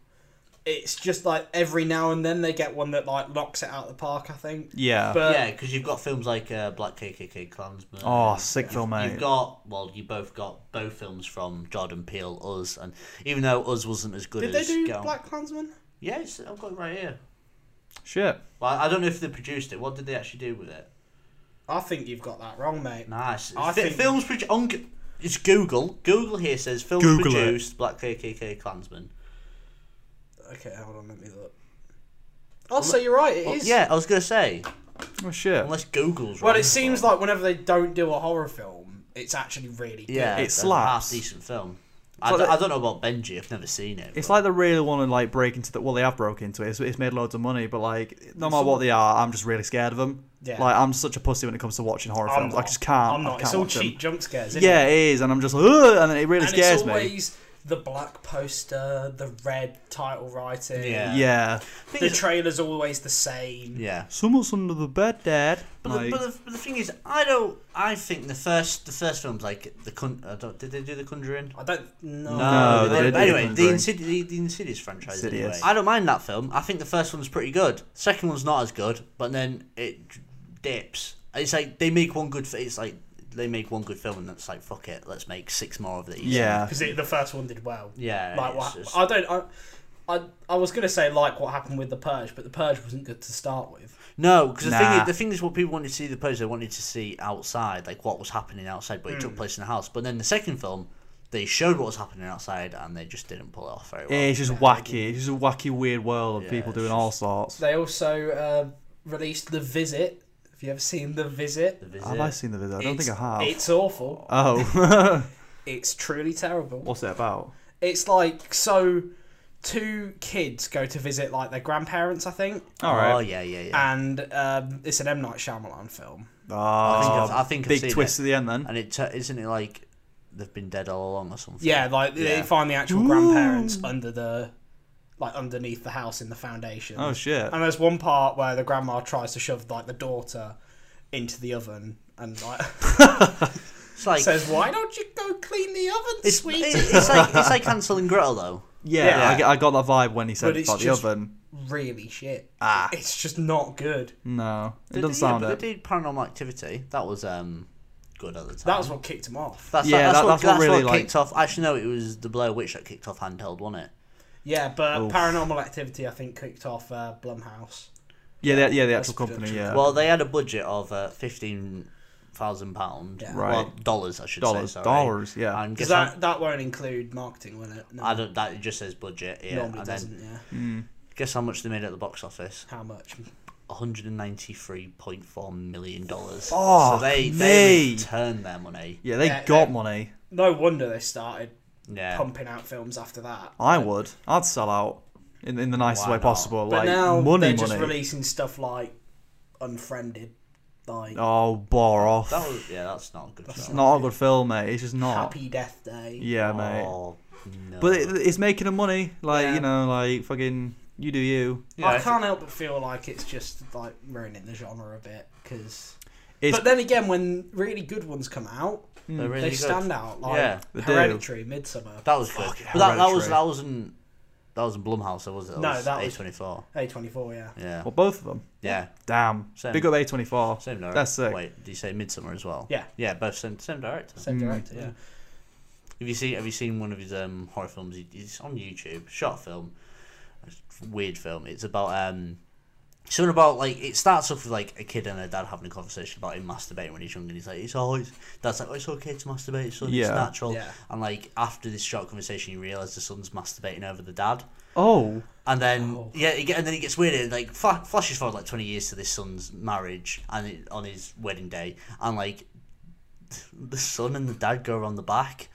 it's just like every now and then they get one that like knocks it out of the park. I think. Yeah. But yeah, because you've got films like uh, Black KKK Klansman. oh, sick film, mate. You've got well, you both got both films from Jordan Peele, Us, and even though Us wasn't as good did they as do Get On- Black Klansman? Yeah, it's, I've got it right here. Shit. Well, I don't know if they produced it. What did they actually do with it? I think you've got that wrong, mate. Nice. I Fi- think- films produced on. Go- It's Google. Google here says films Google it. produced Black KKK Klansman. Okay, hold on, let me look. Oh, so you're right. It is. Well, yeah, I was gonna say Oh, shit. unless Google's. Well, wrong, it seems but- like whenever they don't do a horror film, it's actually really good. yeah, It it's a slaps. half decent film. I, like don't, the- I don't know about Benji. I've never seen it. It's but- like they really want to like break into the. Well, they have broke into it. It's, it's made loads of money, but like, no matter what they are, I'm just really scared of them. Yeah. Like, I'm such a pussy when it comes to watching horror I'm films. not, I just can't. I'm I not. can't it's all watch them. cheap jump scares. Isn't Yeah, it? it is, and I'm just like, Ugh, and then it really and scares it's me. always the black poster, the red title writing. Yeah. Yeah. Thing The is- trailer's always the same. yeah. Someone's under the bed, Dad. But, Like- the, but, the, but the thing is, I don't. I think the first the first films like the Con- I don't, did they do the Conjuring? I don't know. No, they didn't. didn't But do anyway, the, Conjuring. Insid- the, the Insidious franchise. Insidious. Anyway. I don't mind that film. I think the first one's pretty good. Second one's not as good, but then it d- dips. It's like they make one good. fi- It's like they make one good film, and that's like fuck it, let's make six more of these. yeah. Because the first one did well. yeah. Like, it's what, just- I don't. I, I I was gonna say like what happened with the purge, but the purge wasn't good to start with. No, because the Nah. thing the thing is, what people wanted to see the pose, they wanted to see outside, like what was happening outside, but it Hmm. took place in the house. But then the second film, they showed what was happening outside, and they just didn't pull it off very well. Yeah, it's just wacky. It's just a wacky, weird world of Yeah, people it's doing all sorts. They also uh, released the visit. Have you ever seen the visit? The visit. Have I seen the video? I don't It's- think I have. It's awful. Oh, [laughs] It's truly terrible. what's it about? It's like so two kids go to visit like their grandparents, I think, All Oh right. yeah, yeah, Ah. yeah. and um, it's an M Night Shyamalan film. I think Oh, I've, I think I've seen big it. twist at the end then. And it tu- isn't it like they've been dead all along or something. Yeah, like they Yeah. find the actual grandparents under the like underneath the house in the foundation. Oh shit. And there's one part where the grandma tries to shove like the daughter into the oven and like [laughs] it's like says, "Why don't you go clean the oven, it's, sweetie?" it's, it's like [laughs] it's like Hansel and Gretel though. Yeah, Yeah. I, get- I got that vibe when he said But it's about the just- oven. really shit. Ah. It's just not good. No, it They doesn't did- sound yeah, but it. They did Paranormal Activity. That was um good at the time. That was what kicked him off. That's, Yeah, that's, that- what, that's what really, like- kicked off. Actually, no, it was the Blair Witch that kicked off handheld, wasn't it? Yeah, but Oof. Paranormal Activity I think kicked off uh, Blumhouse. Yeah, the, yeah, the That's actual company. production. Yeah. Well, they had a budget of uh, fifteen thousand pound, Yeah. Right. well, dollars, I should dollars, say. Sorry. dollars. Yeah. And guess Because that that won't include marketing, will it? No, I don't. That it just says budget. Yeah. normally and then doesn't. Yeah. Hmm. guess how much they made at the box office? How much? One hundred and ninety-three point four million dollars. Fuck so they me. they returned their money. yeah, they Yeah, got yeah. money. No wonder they started Yeah. pumping out films after that. I would. I'd sell out in in the nicest Why way not? possible. But like now money, they're money. just releasing stuff like Unfriended, like Oh, bar off. That was yeah. That's not a good. It's That's not a good film, mate. It's just not. Happy Death Day. Yeah, mate. Oh, no. But it, it's making them money. Like Yeah. you know, like fucking you do you. Yeah, I it's- can't help but feel like it's just like ruining the genre a bit because. It's- But then again, when really good ones come out, mm, They're really they good. stand out. Like Yeah, they do. Hereditary, Midsummer, That was good. yeah, But that, that was Hereditary. that wasn't that wasn't Blumhouse, though, was it? No, that was- A twenty four. A24. Yeah, Yeah. Well, both of them. Yeah. Damn. Same. Big up A24. Same director. That's sick. Wait, do you say Midsummer as well? Yeah. Yeah, both same same director. same Mm. director. Yeah. Yeah. Have you seen Have you seen one of his um, horror films? He- It's on YouTube. Short film, It's a weird film. It's about um, something about like it starts off with like a kid and a dad having a conversation about him masturbating when he's young, and he's like, "It's always dad's like, oh, it's okay to masturbate, son. Yeah. It's natural." Yeah. And like after this short conversation, you realize the son's masturbating over the dad. Oh. And then Oh. yeah, it, get- and then it gets weirder. Like fa- flashes forward like twenty years to this son's marriage and it, on his wedding day, and like the son and the dad go around the back,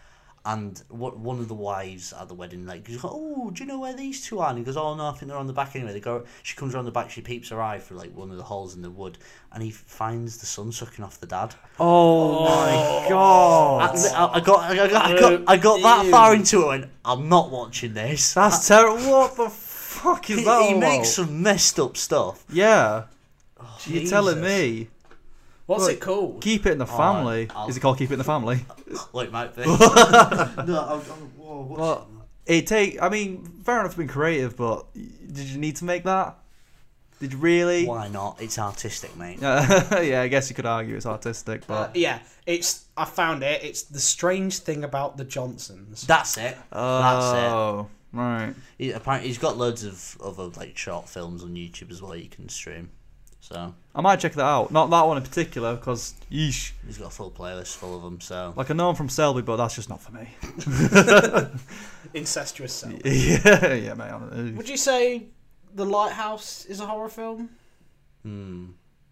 and what one of the wives at the wedding like goes, oh, do you know where these two are? And he goes, oh no, I think they're on the back anyway. They go. She comes around the back. She peeps her eye through like one of the holes in the wood, and he finds the son sucking off the dad. Oh my god. I, I- I got, I got, I got, I got that Ew. far into it, and I'm not watching this. That's terrible. What the fuck is he, that? he all makes about? some messed up stuff. Yeah. Oh, You're telling Jesus. me. What's Look, it called? Keep it in the family. I'll- Is it called Keep It in the [laughs] Family? Wait, might be. no, I'm, I'm, whoa, what's Well, it take. I mean, fair enough, being creative, but did you need to make that? Did you really? Why not? It's artistic, mate. Yeah, [laughs] yeah, I guess you could argue it's artistic, Uh, but yeah, it's. I found it. It's the strange thing about the Johnsons. That's it. That's oh, right. it. He, apparently, he's got loads of other like short films on YouTube as well. You can stream. So I might check that out. Not that one in particular, because yeesh, he's got a full playlist full of them. So like I know I'm from Selby, but that's just not for me. [laughs] Incestuous cell. yeah, yeah, mate. I'm, Would you say the Lighthouse is a horror film? hmm.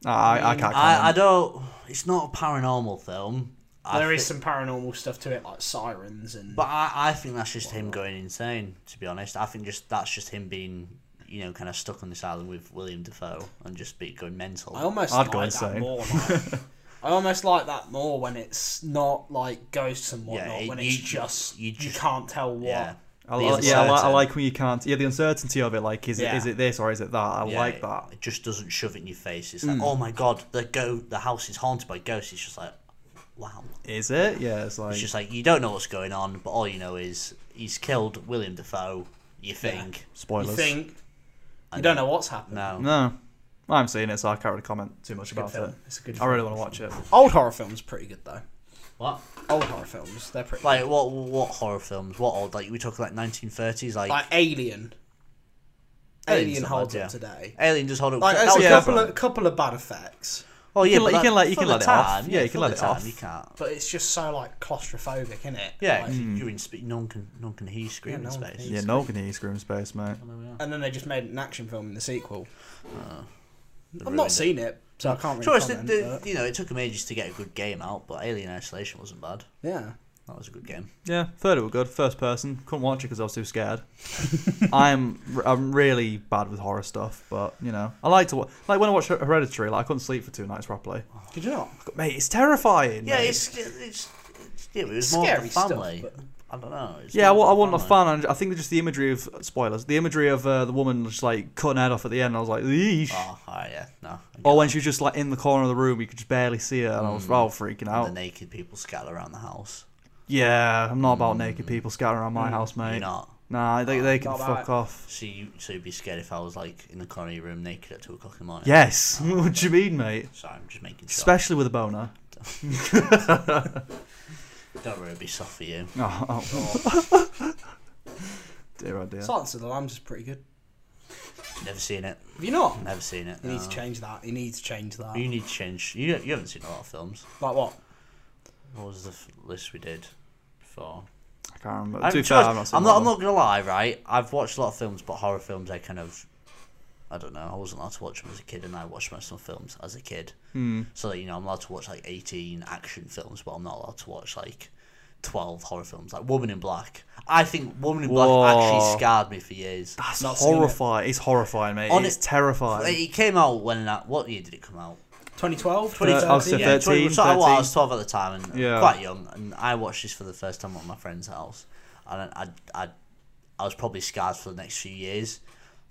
I, I can't. I, I comment. don't. It's not a paranormal film. I There is thi- some paranormal stuff to it, like sirens and. but I, I think that's just him going insane. To be honest, I think just that's just him being, you know, kind of stuck on this island with William Defoe and just be going mental. I almost I'd like go that insane. [laughs] more. like- I almost like that more when it's not like ghosts and whatnot. it- when you it's ju- just you you, just- can't tell what. yeah. I, The li- yeah, I, li- I uncertain. like when you can't. Yeah, the uncertainty of it. Like, is Yeah. it is it this or is it that? I Yeah, like it- that. It just doesn't shove it in your face. It's like, oh my god, the go the house is haunted by ghosts. It's just like, wow. Is it? Yeah, it's like It's just like you don't know what's going on, but all you know is he's killed William Defoe. You think? You spoilers. think you don't know what's happened. No. No, I haven't seen it, so I can't really comment too much Good about it. film. It's a good. I Film. really want to watch it. Old horror films are pretty good though. What? Old horror films, they're pretty. Like, Like what? What horror films? What old? Like we talk like nineteen thirties. Like, Alien. Alien's Alien not holds bad, up yeah. today. Alien just hold up. Like, that was there's yeah. a couple different. of couple of bad effects, Oh yeah, can but let- you can that- let- you for can the let it off. time, Yeah, you can for let the it time, off. You can't. but it's just so like claustrophobic, isn't it? Yeah, Like, you're in sp- no one can no one can hear you scream no in one can space. hear Yeah, no one can hear you scream space, mate. and then they just made an action film in the sequel. I've Ruined not it. Mm. seen it, so I can't really Sure, it's the, comment. the, but- you know it took them ages to get a good game out, but Alien Isolation wasn't bad. yeah, That was a good game. Yeah, third it were good. First person, couldn't watch it because I was too scared. I'm I'm really bad with horror stuff, but you know I like to watch. Like when I watched Hereditary, like I couldn't sleep for two nights properly. did you not? Mate, it's terrifying. Yeah, mate. it's it's, it's yeah, it was more Scary Scary stuff, family. but- I don't know. It's Yeah, well, more I of wasn't a family. fan. and I think just the imagery of spoilers, the imagery of uh, the woman just like cutting her head off at the end. I was like, Eesh. Oh, alright, yeah, no. I or when she was just like in the corner of the room, you could just barely see her, and I was all freaking get it. out. the naked people scatter around the house. Yeah, I'm not about naked people scattering around my house, mate. You're not. Nah, they, they can Not fuck about it. off. So you so you'd be scared if I was like in the corner of your room naked at two o'clock in the morning. Yes. [laughs] what do you mean, mate? Sorry, I'm just making sure. Especially with a boner. Don't worry, it'd be soft for you. Oh, oh. dear, oh dear. Silence of the Lambs is pretty good. Never seen it. Have you not? Never seen it. You need to no. change that. You need to change that. You need to change. You you haven't seen a lot of films. Like what? What was the f- list we did before? I can't remember. I'm, to be sure- fair, I've not seen I'm not. that I'm one. not gonna lie, right? I've watched a lot of films, but horror films, I kind of, I don't know. I wasn't allowed to watch them as a kid, and I watched most of the films as a kid. Hmm. Mm. So that you know, I'm allowed to watch like 18 action films, but I'm not allowed to watch like 12 horror films, like Woman in Black. I think Woman in Black Whoa. actually scarred me for years. That's not seen it. horrifying. It's horrifying, mate. On it's it- terrifying. It came out when? that- What year did it come out? 2012? I was 2013? saying Yeah, 20 13, so I, well, I 13. was 12 at the time and Yeah. quite young, and I watched this for the first time at my friend's house, and I, I, I, I was probably scarred for the next few years.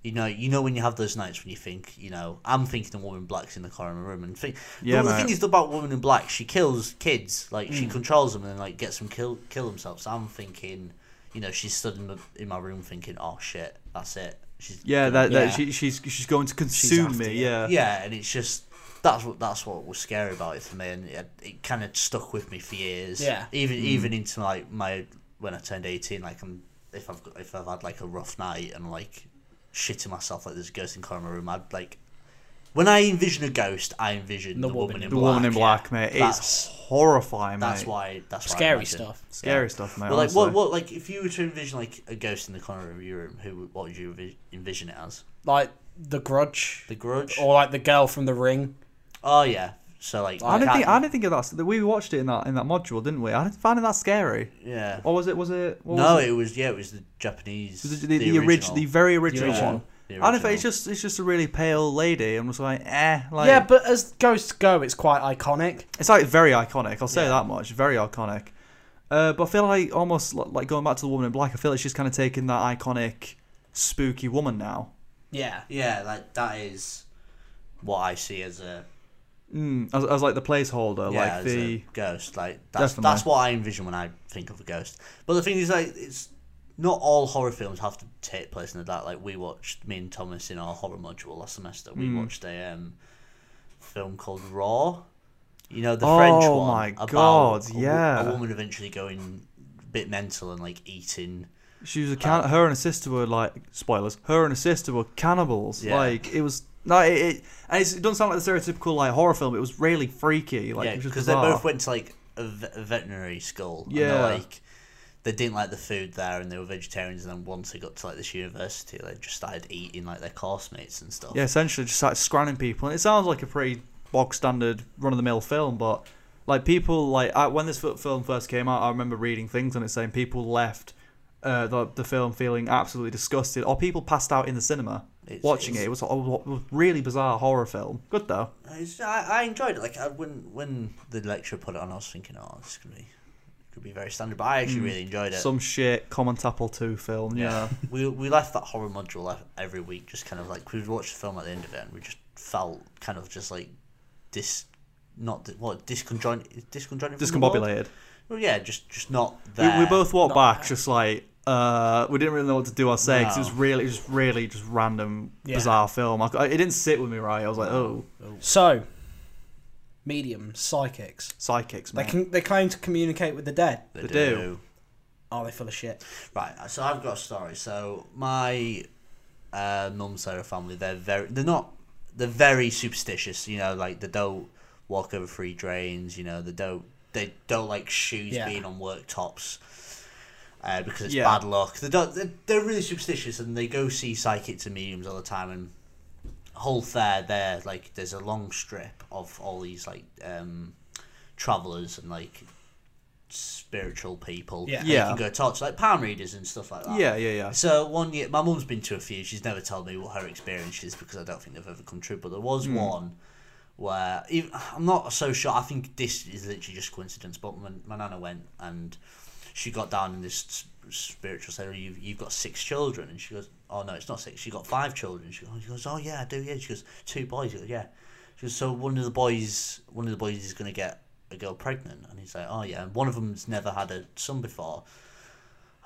You know, you know when you have those nights when you think, you know, I'm thinking of Woman in Black's in the corner of the room, and think, Yeah, the, the mate. Mm. thing is about Woman in Black, she kills kids, like she controls them and like gets them kill kill themselves. So I'm thinking, you know, she's stood in my, in my room thinking, oh shit, that's it. She's Yeah, that, Yeah. that she, she's she's going to consume after me. you. Yeah. yeah, and it's just that's what that's what was scary about it for me, and it, it kind of stuck with me for years. Yeah. even Mm. even into like my when I turned eighteen, like I'm if I've got, if I've had like a rough night and like shitting myself like there's a ghost in the corner of my room, I'd like when I envision a ghost, I envision the, woman, in The black. woman in black, yeah. mate. That's, It's horrifying, that's mate. why that's why I Scary imagine. stuff. Scary stuff, mate. Well, like honestly. what what like if you were to envision like a ghost in the corner of your room, who would- what would you envi- envision it as? Like The Grudge? The Grudge. Or like The Girl from The Ring? oh yeah. So like I don't cat- think I don't think of that. We watched it in that in that module, didn't we? I didn't find it that scary. yeah. Or was it? Was it? What No, was it? it was yeah, it was the Japanese, Was it the, the, original, the very original, original. one. The I don't know. original. It's just it's just a really pale lady. I'm just like eh. Like, yeah, but as ghosts go, it's quite iconic. It's like very iconic. I'll say that much. Very iconic. Uh, but I feel like almost li- like going back to the woman in black. I feel like she's kind of taking that iconic, spooky woman now. Yeah. yeah, like that is what I see as a Mm, as, as like the placeholder, Hmm. yeah, like as a the ghost. Like that's Definitely. that's what I envision when I think of a ghost. But the thing is, like, it's not all horror films have to take place in the dark. Like we watched me and Thomas in our horror module last semester. Hmm. We watched a um, film called Raw. You know the French Oh one my about God, a wo- yeah. a woman eventually going a bit mental and like eating. she was a Uh, can- her and her sister were like spoilers. Her and her sister were cannibals. Yeah. Like it was no it, it and it's, it doesn't sound like the stereotypical like horror film. It was really freaky. Like Yeah, it was just because they bizarre. both went to like a, ve- a veterinary school. Yeah. And they like they didn't like the food there, and they were vegetarians. And then once they got to like this university, they just started eating like their classmates and stuff. Yeah, essentially just started scanning people. And it sounds like a pretty bog standard run of the mill film, but like people like I, when this fi- film first came out, I remember reading things on it saying people left uh, the the film feeling absolutely disgusted, or people passed out in the cinema It's- watching it's- it. It was a, a really bizarre horror film. Good though. It's- I, I enjoyed it. Like I, when when the lecturer put it on, I was thinking, oh, this could be could be very standard. But I actually really enjoyed it. Mm. Some shit common Tapple two film. [laughs] Yeah. we we left that horror module like, every week, just kind of like we'd watch the film at the end of it, and we just felt kind of just like dis, not di- what disconjoined, disconjoined, from the world? Discombobulated. Well, yeah, just just not We, there. we both walked back, just like uh, we didn't really know what to do or say 'cause it was No. really, it was really just random, Yeah. bizarre film. I, c- it didn't sit with me right. I was like, oh, So, medium, psychics. psychics, They mate. can. They claim to communicate with the dead. They They do. do. Are they full of shit? Right, so I've got a story. So my uh, mum side of family, they're very they're not they're very superstitious. You know, like they don't walk over free drains. You know, they don't they don't like shoes Yeah. being on worktops. Uh, because it's Yeah. bad luck. They don't, they're, they're really superstitious and they go see psychics and mediums all the time. And whole fair there, like there's a long strip of all these like um, travelers and like spiritual people. Yeah. that you Yeah. can go talk to like palm readers and stuff like that. Yeah, yeah, yeah. So one year, my mum's been to a few. She's never told me what her experience is because I don't think they've ever come true. But there was Hmm. one where even, I'm not so sure. I think this is literally just coincidence. But my, my nana went and she got down in this s- spiritual center. You've you've got six children, and she goes, "Oh no, it's not six. She got five children." She goes, she goes "Oh yeah, I do. Yeah." She goes, two boys." She goes, "Yeah." She goes, "So one of the boys, one of the boys is gonna get." A girl pregnant, and he's like, "Oh yeah." And one of them's never had a son before,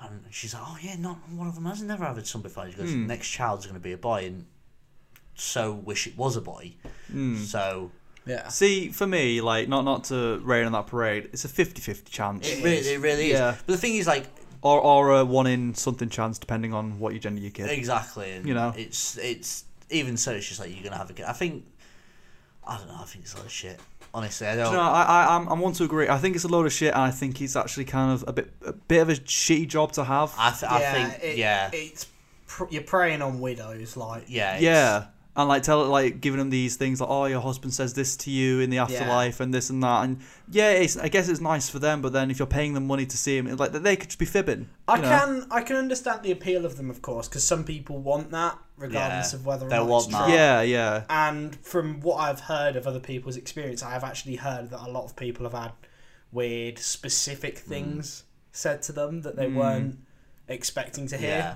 and she's like, "Oh yeah, not one of them has never had a son before." She goes, Hmm. "The "Next child's going to be a boy," and so wish it was a boy. Hmm. So Yeah. See, for me, like not not to rain on that parade, it's a 50-50 chance, it really, it really Yeah. is. But the thing is, like, or or a one in something chance, depending on what you gender your kid. exactly, and You know. it's it's even so. It's just like you're going to have a kid. I think I don't know. I think it's a lot of shit. Honestly, I don't. No, I, I, I'm, I'm one to agree. I think it's a load of shit, and I think it's actually kind of a bit, a bit of a shitty job to have. I, th- I think it- yeah, It's pr- you're preying on widows, like yeah, it's- yeah, and like tell like giving them these things like, oh, your husband says this to you in the afterlife, and this and that, and yeah, it's, I guess it's nice for them, but then if you're paying them money to see him, it's like they could just be fibbing. I you know? can I can understand the appeal of them, of course, because some people want that, regardless Yeah. of whether or They not want it's that. true. Yeah, yeah, And from what I've heard of other people's experience, I have actually heard that a lot of people have had weird, specific Mm. things said to them that they weren't expecting to hear. yeah.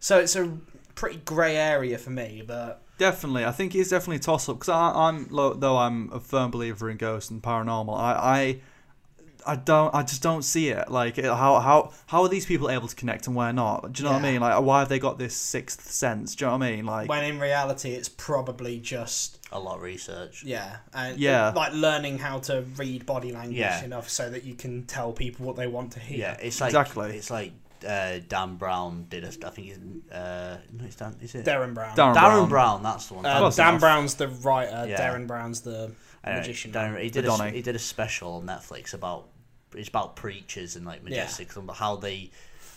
So it's a pretty grey area for me, but definitely. I think it's definitely a toss up because I'm lo- though I'm a firm believer in ghosts and paranormal. I. I I don't. I just don't see it. Like how how how are these people able to connect and where not? Do you know what Yeah. I mean? Like why have they got this sixth sense? Do you know what I mean? Like when in reality, it's probably just A lot of research. yeah, and Yeah. like learning how to read body language Yeah. enough so that you can tell people what they want to hear. Yeah, it's like Exactly. It's like uh, Dan Brown did. A, I think it's uh, no, it's Dan. Is it Darren Brown. Darren, Darren Brown. Brown. that's the one. Uh, Dan- Close Dan enough. Brown's the writer. Yeah. Darren Brown's the Uh, magician. Darren- he did a, Madonna. he did a special on Netflix about it's about preachers and like majestics and how they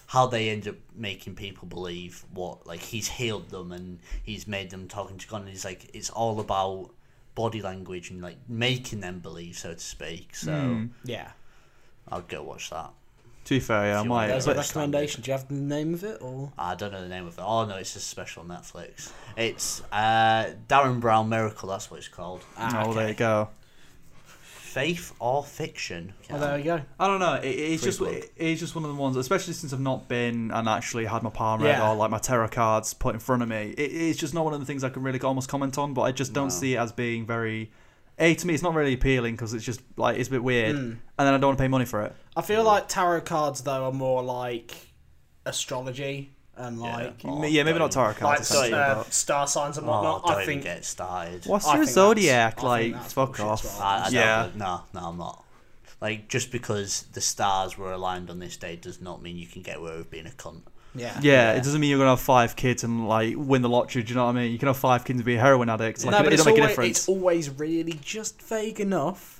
how they end up making people believe what like he's healed them and he's made them talking to God and he's like it's all about body language and like making them believe so to speak. So Yeah. I'll go watch that. To be fair, yeah, I If you want might. those There's but- a recommendation. Do you have the name of it or? I don't know the name of it. Oh no, it's a special on Netflix. It's uh, Darren Brown Miracle. That's what it's called. Ah, oh, okay. there you go. Faith or fiction? Oh, there we go. I don't know. It, it's Free just plug. it- it's just one of the ones, especially since I've not been and actually had my palm read Yeah. or like my tarot cards put in front of me. It, it's just not one of the things I can really almost comment on. But I just don't No. see it as being very. A to me, it's not really appealing because it's just like it's a bit Hmm. weird, and then I don't want to pay money for it. I feel like tarot cards though are more like astrology and like M- yeah, maybe not tarot like cards. s- essentially, uh, but- star signs and Oh, whatnot. don't I think get started. What's I your think that's- I zodiac think like? that's Fuck bullshit as off. well. I, I don't Yeah. believe- no, no, I'm not. Like just because the stars were aligned on this day does not mean you can get away with being a cunt. yeah. Yeah, it doesn't mean you're gonna have five kids and like win the lottery. Do you know what I mean? You can have five kids and be a heroin addict. Like, no, but it it's don't make a always, difference. Hmm. it's always really just vague enough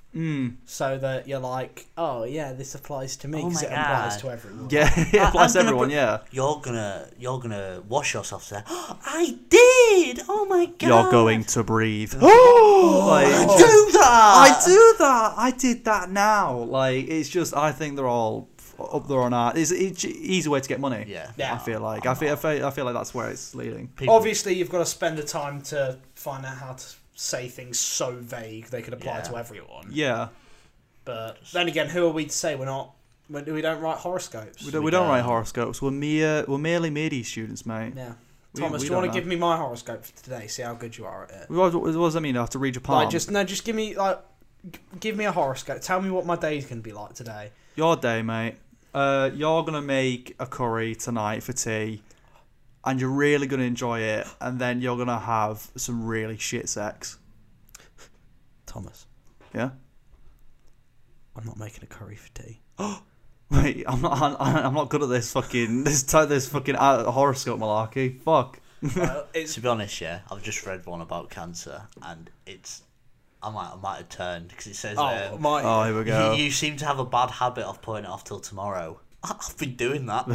so that you're like, oh yeah, this applies to me Oh because my it applies God. to everyone. Yeah, [laughs] it I- applies to I'm gonna everyone. put- Yeah. You're gonna, you're gonna wash yourself. There, [gasps] I did. Oh my god. You're going [gasps] to breathe. [gasps] Oh, I do that. I do that. I did that now. Like it's just, I think they're all f- up there on art. It's an easy- easy way to get money. Yeah. I feel like I feel, I feel I feel like that's where it's leading. People- Obviously, you've got to spend the time to find out how to say things so vague they could apply Yeah. to everyone. Yeah, But then again, who are we to say we're not? We we don't write horoscopes. we don't, We we don't don't. write horoscopes. We're mere we're merely media students, mate. Yeah. We- Thomas, we do you want don't to give know. me my horoscope for today? See how good you are at it. What, what does that mean? I have to read your palm. Like, just no, just give me like, g- give me a horoscope. Tell me what my day's gonna be like today. Your day, mate. Uh, you're gonna make a curry tonight for tea, and you're really gonna enjoy it. And then you're gonna have some really shit sex. Thomas, Yeah. I'm not making a curry for tea. Wait, I'm not. I'm, I'm not good at this fucking this type. This fucking uh, horoscope malarkey. Fuck. Uh, it's To be honest, yeah, I've just read one about cancer, and it's I might I might have turned because it says oh um, my. Oh, here we go. [laughs] you, you seem to have a bad habit of putting it off till tomorrow. [laughs] I, I've been [laughs] doing that.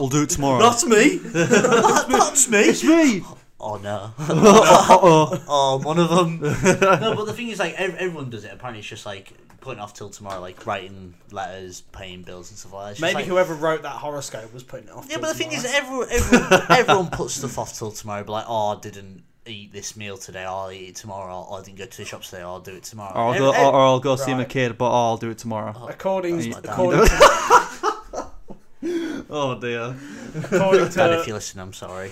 We'll do it tomorrow. [laughs] Not me. That's me. it's me. Oh [laughs] no. Uh-oh. Oh, I'm one of them. no, but the thing is, like, ev- everyone does it. Apparently, it's just like putting off till tomorrow, like writing letters, paying bills, and stuff like that. It's just like- Maybe whoever wrote that horoscope was putting it off. Yeah, till but the thing is, tomorrow. everyone, everyone, everyone puts stuff off till tomorrow. But like, oh, I didn't eat this meal today. or I'll eat it tomorrow. Or I didn't go to the shops today. or I'll do it tomorrow. Or I'll Ev- go, ev- or, or I'll go see my Right. kid, but I'll do it tomorrow. according That's my dad. according, [laughs] Oh dear. according Dad, if to you listen, I'm sorry.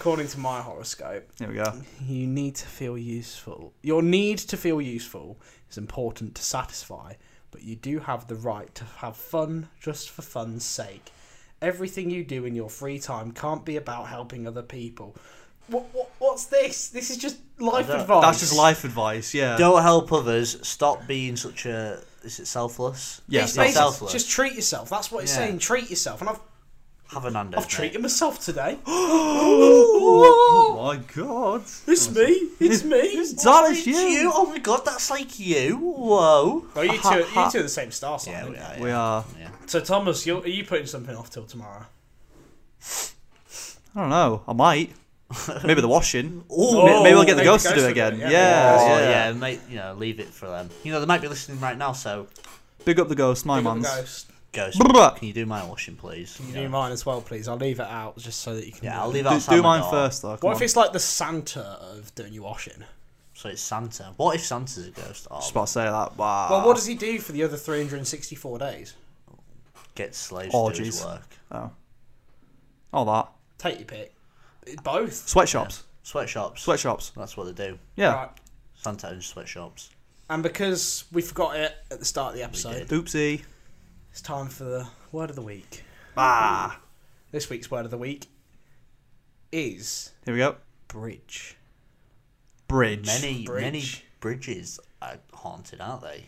according to my horoscope, Here we go. you need to feel useful. Your need to feel useful is important to satisfy, but you do have the right to have fun just for fun's sake. Everything you do in your free time can't be about helping other people. What, what what's this? This is just life don't- advice. That's just life advice. Yeah. Don't help others. Stop being such a. Is it selfless? Yeah, It's not basically selfless. Just treat yourself. That's what it's Yeah. saying. Treat yourself. And I've Have an under. I've treated myself today. [gasps] Oh my god. It's me. It's me. It's Dallas, you. you. Oh my god, that's like you. Whoa. Well, Oh, you two, you two are the same star sign. Yeah, aren't we you? are. We yeah. are. Yeah. So Thomas, you're, are you putting something off till tomorrow? I don't know. I might. Maybe the washing. Oh, May- maybe we'll get the maybe ghost to do will it again. Yeah. Oh, yeah. yeah, mate, you know, leave it for them. You know, they might be listening right now, so Big up the ghost, my Pick up the man's. ghost. Ghost, Bruh. can you do my washing, please? Can you Yeah. do mine as well, please? I'll leave it out just so that you can. Yeah, do I'll it. leave Do, outside do my mine door. first though. come What if on. it's like the Santa of doing your washing? So it's Santa. What if Santa's a ghost? Oh, Just about to say that. Wow. well, what does he do for the other 364 days? get slaves to do Orgies. his work. Oh. All that. Take your pick. It- Both. Sweatshops. Sweatshops. Sweatshops. That's what they do. Yeah. Right. Santa owns sweatshops. And because we forgot it at the start of the episode, did. Oopsie. it's time for the word of the week. Ah. This week's word of the week is Here we go. bridge. Bridge. Many, Bridge. many bridges are haunted, aren't they?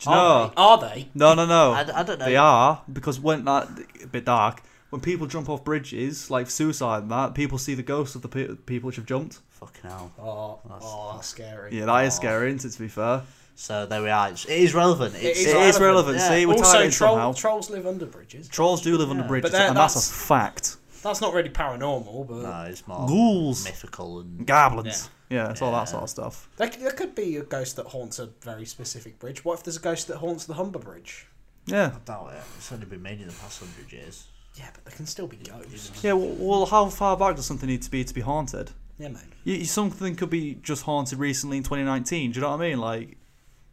Do you know- Are they? Are they? No, no, no. I, I don't know. They are because when that a bit dark. When people jump off bridges, like suicide and that, people see the ghosts of the pe- people which have jumped. Fucking hell. Oh, oh, that's scary. Yeah, that is Aw. scary, isn't it? To be fair, So there we are. It's, it is relevant. It's, is it is relevant. yeah. See, we're tied Also, in somehow. troll, trolls live under bridges. Trolls do live under Yeah. bridges, But that- and that's, a that's- fact. That's not really paranormal, but No, Uh, it's more Ghouls. mythical and Goblins. Yeah, it's all Yeah. that sort of stuff. there, c- there could be a ghost that haunts a very specific bridge. What if there's a ghost that haunts the Humber Bridge? Yeah, doubt it. It's only been made in the past hundred years. Yeah, but there can still be ghosts. yeah. Well, well, how far back does something need to be to be haunted? Yeah, mate. You, you- something could be just haunted recently in 2019. Do you know what I mean? Like,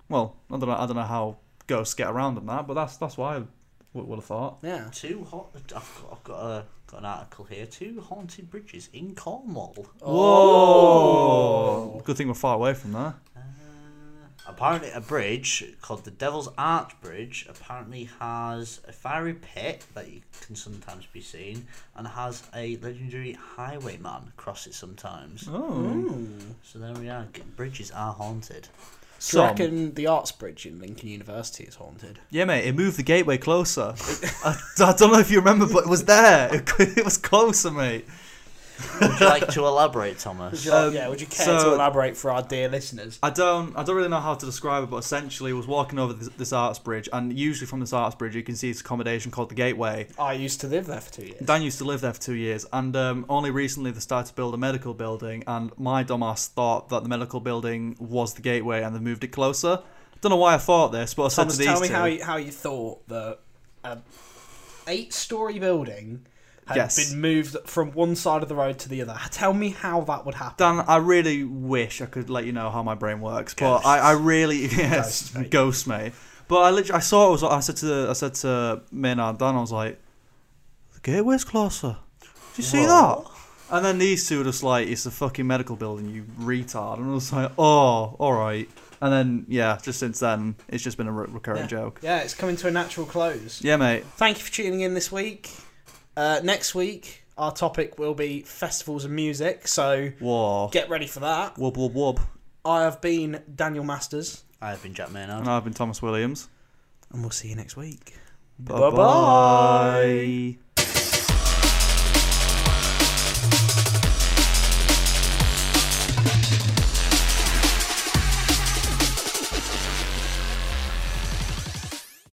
well, I don't know. I don't know how ghosts get around on that, but that's that's why I would would have thought. Yeah. Two hot. I've got, I've got, a, got an article here. Two haunted bridges in Cornwall. Whoa! Good thing we're far away from there. Uh, apparently, a bridge called the Devil's Arch Bridge apparently has a fiery pit that you can sometimes be seen, and has a legendary highwayman cross it sometimes. Oh, So there we are. g- Bridges are haunted. Do you Some. reckon the Arts Bridge in Lincoln University is haunted? yeah, mate. It moved the gateway closer. I, I don't know if you remember, but it was there. [laughs] It, it was closer, mate. Would you like to elaborate, Thomas? Um, yeah, would you care so- to elaborate for our dear listeners? I don't, I don't really know how to describe it, but essentially, was walking over this, this arts bridge, and usually from this arts bridge, you can see this accommodation called the Gateway. I used to live there for two years. Dan used to live there for two years, and um, only recently they started to build a medical building. And my dumbass thought that the medical building was the gateway, and they moved it closer. Don't know why I thought this, but I said Thomas, to these tell me two, how you, how you thought that an eight-story building had Yes. been moved from one side of the road to the other. Tell me how that would happen. Dan, I really wish I could let you know how my brain works, but I, I really [laughs] yes, Ghosts, mate. ghost mate. But I literally, I saw it was. I said to I said to Maynard Dan, I was like, the gateway's closer. Did you see that? And then these two were just like, it's a fucking medical building, you retard. And I was like, oh, all right. And then yeah, just since then, it's just been a re- recurring yeah. joke. Yeah, it's coming to a natural close. Yeah, mate. Thank you for tuning in this week. Uh, next week, our topic will be festivals and music, so Whoa. get ready for that. Wub wub wub. I have been Daniel Masters, I have been Jack Maynard. And I've been Thomas Williams. and we'll see you next week. Bye bye.